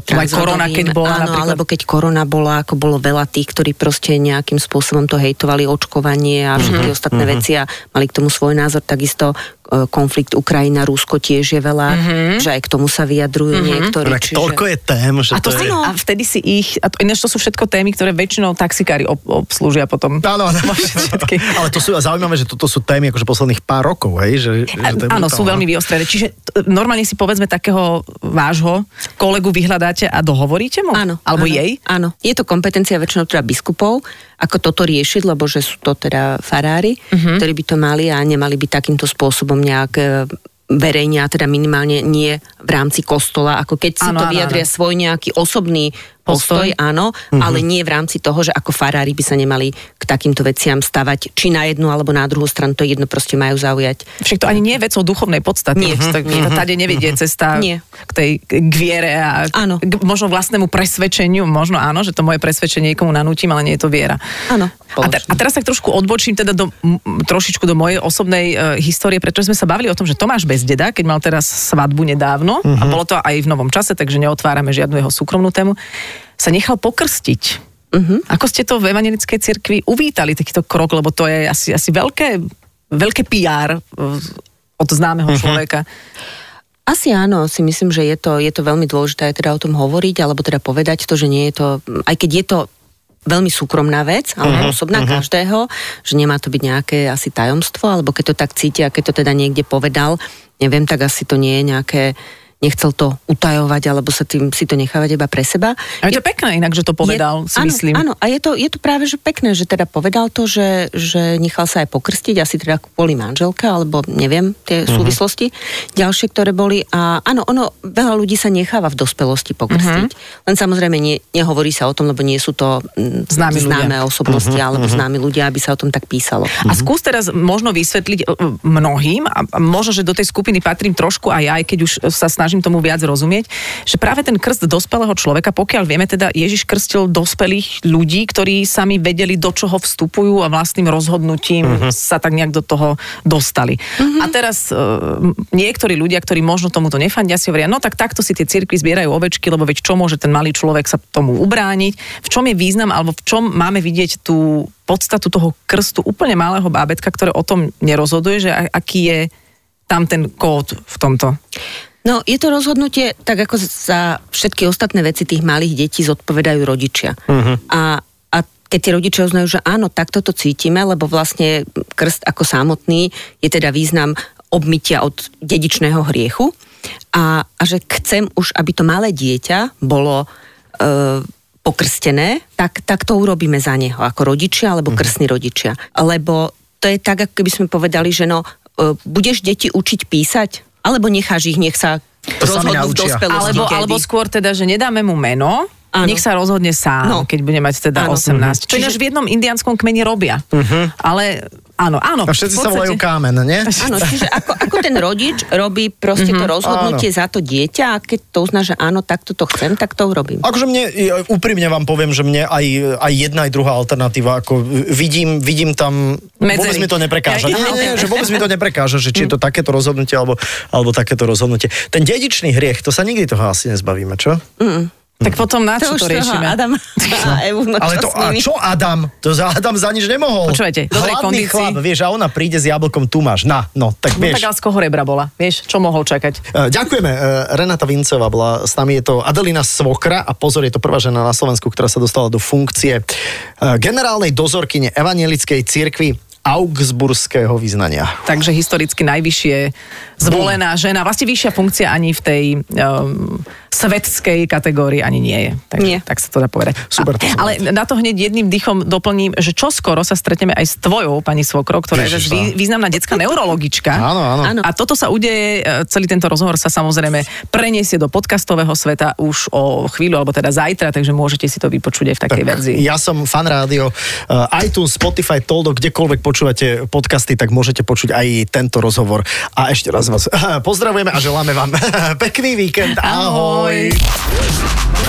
[SPEAKER 3] Lebo Mhm. aj korona,
[SPEAKER 4] transrodovým,
[SPEAKER 3] keď bola
[SPEAKER 4] áno,
[SPEAKER 3] napríklad.
[SPEAKER 4] alebo keď korona bola, ako bolo veľa tých, ktorí proste nejakým spôsobom to hejtovali, očkovanie a všetky
[SPEAKER 3] Mhm.
[SPEAKER 4] ostatné veci a mali k tomu svoj názor, takisto e, konflikt Ukrajina-Rusko tiež je veľa,
[SPEAKER 3] Mhm.
[SPEAKER 4] že aj k tomu sa vyjadrujú niektorí.
[SPEAKER 2] Tak toľko je tém, že
[SPEAKER 3] A, to si, no.
[SPEAKER 2] je...
[SPEAKER 4] No.
[SPEAKER 3] a vtedy si ich, a to, ináč to sú všetko témy, ktoré väčšinou taxikári ob, obslúžia potom.
[SPEAKER 2] Áno, áno.
[SPEAKER 3] Všetky.
[SPEAKER 2] [LAUGHS] Ale to sú zaujímavé, že toto sú témy akože posledných pár rokov, hej? Že,
[SPEAKER 4] No,
[SPEAKER 2] že to je
[SPEAKER 3] E, Áno,
[SPEAKER 2] brutálne.
[SPEAKER 3] sú veľmi vyostrené. Čiže t- normálne si povedzme takého vášho kolegu vyhľadáte a dohovoríte mu?
[SPEAKER 4] Áno.
[SPEAKER 3] Alebo
[SPEAKER 4] áno,
[SPEAKER 3] jej?
[SPEAKER 4] Áno. Je to kompetencia väčšinou teda biskupov, ako toto riešiť, lebo že sú to teda farári,
[SPEAKER 3] Mhm.
[SPEAKER 4] ktorí by to mali a nemali by takýmto spôsobom nejak e, verejne a teda minimálne nie v rámci kostola, ako keď si
[SPEAKER 3] Áno,
[SPEAKER 4] to
[SPEAKER 3] áno,
[SPEAKER 4] vyjadria
[SPEAKER 3] áno.
[SPEAKER 4] svoj nejaký osobný
[SPEAKER 3] Postoj. Mhm.
[SPEAKER 4] postoj, áno, ale nie v rámci toho, že ako farári by sa nemali k takýmto veciam stavať, či na jednu alebo na druhú stranu, to je jedno proste majú zaujať
[SPEAKER 3] Však to ani nie je vecou duchovnej podstaty.
[SPEAKER 4] Nie,
[SPEAKER 3] tak
[SPEAKER 4] nie.
[SPEAKER 3] to Tade nevedie cesta
[SPEAKER 4] Nie.
[SPEAKER 3] k tej k viere a k-
[SPEAKER 4] Áno.
[SPEAKER 3] k možno vlastnému presvedčeniu. Možno áno, že to moje presvedčenie niekomu nanútim, ale nie je to viera.
[SPEAKER 4] Áno.
[SPEAKER 3] A, te, a teraz tak trošku odbočím teda do, m, trošičku do mojej osobnej e, histórie, pretože sme sa bavili o tom, že Tomáš Bezdeda, keď mal teraz svadbu nedávno, a bolo to aj v novom čase, takže neotvárame žiadnu jeho súkromnú tému, sa nechal pokrstiť.
[SPEAKER 4] Mhm.
[SPEAKER 3] Uh-huh. Ako ste to v evangelickej cirkvi uvítali, takýto krok, lebo to je asi, asi veľké, veľké PR e, od známeho človeka.
[SPEAKER 4] Asi áno, si myslím, že je to, je to veľmi dôležité aj teda o tom hovoriť, alebo teda povedať to, že nie je to, aj keď je to veľmi súkromná vec, ale uh-huh, osobná uh-huh. každého, že nemá to byť nejaké asi tajomstvo, alebo keď to tak cíti a keď to teda niekde povedal, neviem, tak asi to nie je nejaké, nechcel to utajovať, alebo sa tým, si to nechávať iba pre seba.
[SPEAKER 3] A je to pekné inak, že to povedal, si
[SPEAKER 4] je, áno,
[SPEAKER 3] myslím.
[SPEAKER 4] Áno, a je to, je to práve že pekné, že teda povedal to, že, že nechal sa aj pokrstiť, asi teda kvôli manželke, alebo neviem,
[SPEAKER 3] Mhm.
[SPEAKER 4] tie uh-huh. súvislosti ďalšie, ktoré boli. A áno, ono, veľa ľudí sa necháva v dospelosti
[SPEAKER 3] Mhm.
[SPEAKER 4] pokrstiť. Uh-huh. Len samozrejme nie, nehovorí sa o tom, lebo nie sú to mm,
[SPEAKER 3] Známi ľudia. Mhm,
[SPEAKER 4] známe osobnosti, uh-huh. alebo známi ľudia, aby sa o tom tak písalo.
[SPEAKER 3] A skús teraz možno vysvetliť e, mnohým, a a možno, že do tej skupiny patrím trošku aj ja, aj keď už sa snažím tomu viac rozumieť, že práve ten krst dospelého človeka, pokiaľ vieme, teda Ježiš krstil dospelých ľudí, ktorí sami vedeli, do čoho vstupujú a vlastným rozhodnutím sa tak nejak do toho dostali.
[SPEAKER 4] Mhm.
[SPEAKER 3] A teraz e, niektorí ľudia, ktorí možno tomuto nefandia, si hovoria, no tak takto si tie cirkvi zbierajú ovečky, lebo veď čo môže ten malý človek sa tomu ubrániť, v čom je význam alebo v čom máme vidieť tú podstatu toho krstu úplne malého bábetka, ktoré o tom nerozhoduje, že a- aký je tam ten kód v tomto.
[SPEAKER 4] No, je to rozhodnutie, tak ako za všetky ostatné veci tých malých detí zodpovedajú rodičia. Uh-huh. A, a keď tie rodičia uznajú, že áno, takto to cítime, lebo vlastne krst ako samotný je teda význam obmytia od dedičného hriechu a, a že chcem už, aby to malé dieťa bolo e, pokrstené, tak, tak to urobíme za neho, ako
[SPEAKER 2] Mhm.
[SPEAKER 4] rodičia alebo krstní rodičia. Lebo to je tak, ako keby sme povedali, že no, e, budeš deti učiť písať, alebo necháš ich, nech sa
[SPEAKER 2] To sami
[SPEAKER 4] rozhodnú v
[SPEAKER 2] naučia.
[SPEAKER 4] dospelosti
[SPEAKER 3] Alebo,
[SPEAKER 4] kedy.
[SPEAKER 3] alebo skôr teda, že nedáme mu meno,
[SPEAKER 4] Áno.
[SPEAKER 3] Nech sa rozhodne sám, no.
[SPEAKER 4] No.
[SPEAKER 3] keď bude mať teda
[SPEAKER 4] Áno. Mhm.
[SPEAKER 3] 18. Čo ináč v jednom indianskom kmeni robia. Uh-huh. Ale áno,
[SPEAKER 2] Mhm. A
[SPEAKER 3] áno.
[SPEAKER 2] všetci
[SPEAKER 3] v
[SPEAKER 2] sa
[SPEAKER 3] podstate-
[SPEAKER 2] volajú kámen, nie?
[SPEAKER 4] Áno, čiže ako, ako ten rodič robí proste
[SPEAKER 2] Mhm.
[SPEAKER 4] to rozhodnutie za to dieťa a keď to uzná, že áno, takto to chcem, tak to urobím.
[SPEAKER 2] Akože mne, ja úprimne vám poviem, že mne aj, aj jedna, aj druhá alternatíva, ako vidím, vidím tam,
[SPEAKER 3] Medzery.
[SPEAKER 2] vôbec mi to neprekáža.
[SPEAKER 3] Ja- Mm.
[SPEAKER 2] Nie, nie, nie, že vôbec mi to neprekáža, že či je to takéto rozhodnutie, alebo, alebo takéto rozhodnutie. Ten dedičný hriech, to sa nikdy toho asi nezbavíme, čo?
[SPEAKER 3] Tak potom na čo to,
[SPEAKER 4] toho
[SPEAKER 3] riešime?
[SPEAKER 4] Adam a Evu, no
[SPEAKER 2] Ale to,
[SPEAKER 4] čo s
[SPEAKER 2] a
[SPEAKER 4] nimi?
[SPEAKER 2] čo Adam? To za Adam za nič nemohol.
[SPEAKER 3] Počúvajte, v dobrej
[SPEAKER 2] Hladný
[SPEAKER 3] kondícii.
[SPEAKER 2] chlap, vieš, a ona príde s jablkom, tu máš, na, no, tak
[SPEAKER 3] No
[SPEAKER 2] vieš.
[SPEAKER 3] tak ale z koho rebra bola, vieš, čo mohol čakať.
[SPEAKER 2] E, Ďakujeme. E, Renata Vincová bola s nami, je to Adelina Svokra a pozor, je to prvá žena na Slovensku, ktorá sa dostala do funkcie e, generálnej dozorkyne Evangelickej cirkvi augsburského vyznania.
[SPEAKER 3] Takže historicky najvyššie zvolená žena. Vlastne vyššia funkcia ani v tej um, svetskej kategórii ani nie je. Takže,
[SPEAKER 4] Nie.
[SPEAKER 3] Tak sa to dá povedať.
[SPEAKER 2] Super, to
[SPEAKER 3] A,
[SPEAKER 2] som
[SPEAKER 3] ale na to hneď jedným dýchom doplním, že čo skoro sa stretneme aj s tvojou pani Svokro, ktorá je
[SPEAKER 2] Ježiš,
[SPEAKER 3] vý, významná detská neurologička.
[SPEAKER 2] Áno, áno.
[SPEAKER 4] Áno.
[SPEAKER 3] A toto sa udeje, e, celý tento rozhovor sa samozrejme preniesie do podcastového sveta už o chvíľu, alebo teda zajtra, takže môžete si to vypočuť aj v takej verzii.
[SPEAKER 2] Ja som fan rádio. E, iTunes, Spotify, Toldo, kdekoľvek počúvate podcasty, tak môžete počuť aj tento rozhovor. A ešte raz vás [LAUGHS] pozdravujeme a želáme vám [LAUGHS] pekný víkend. Ahoj.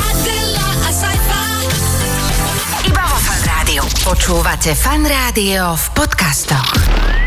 [SPEAKER 5] Adela, a sci-fi.
[SPEAKER 1] Iba vo Fan Rádiu. Počúvate Fan Rádio v podcastoch.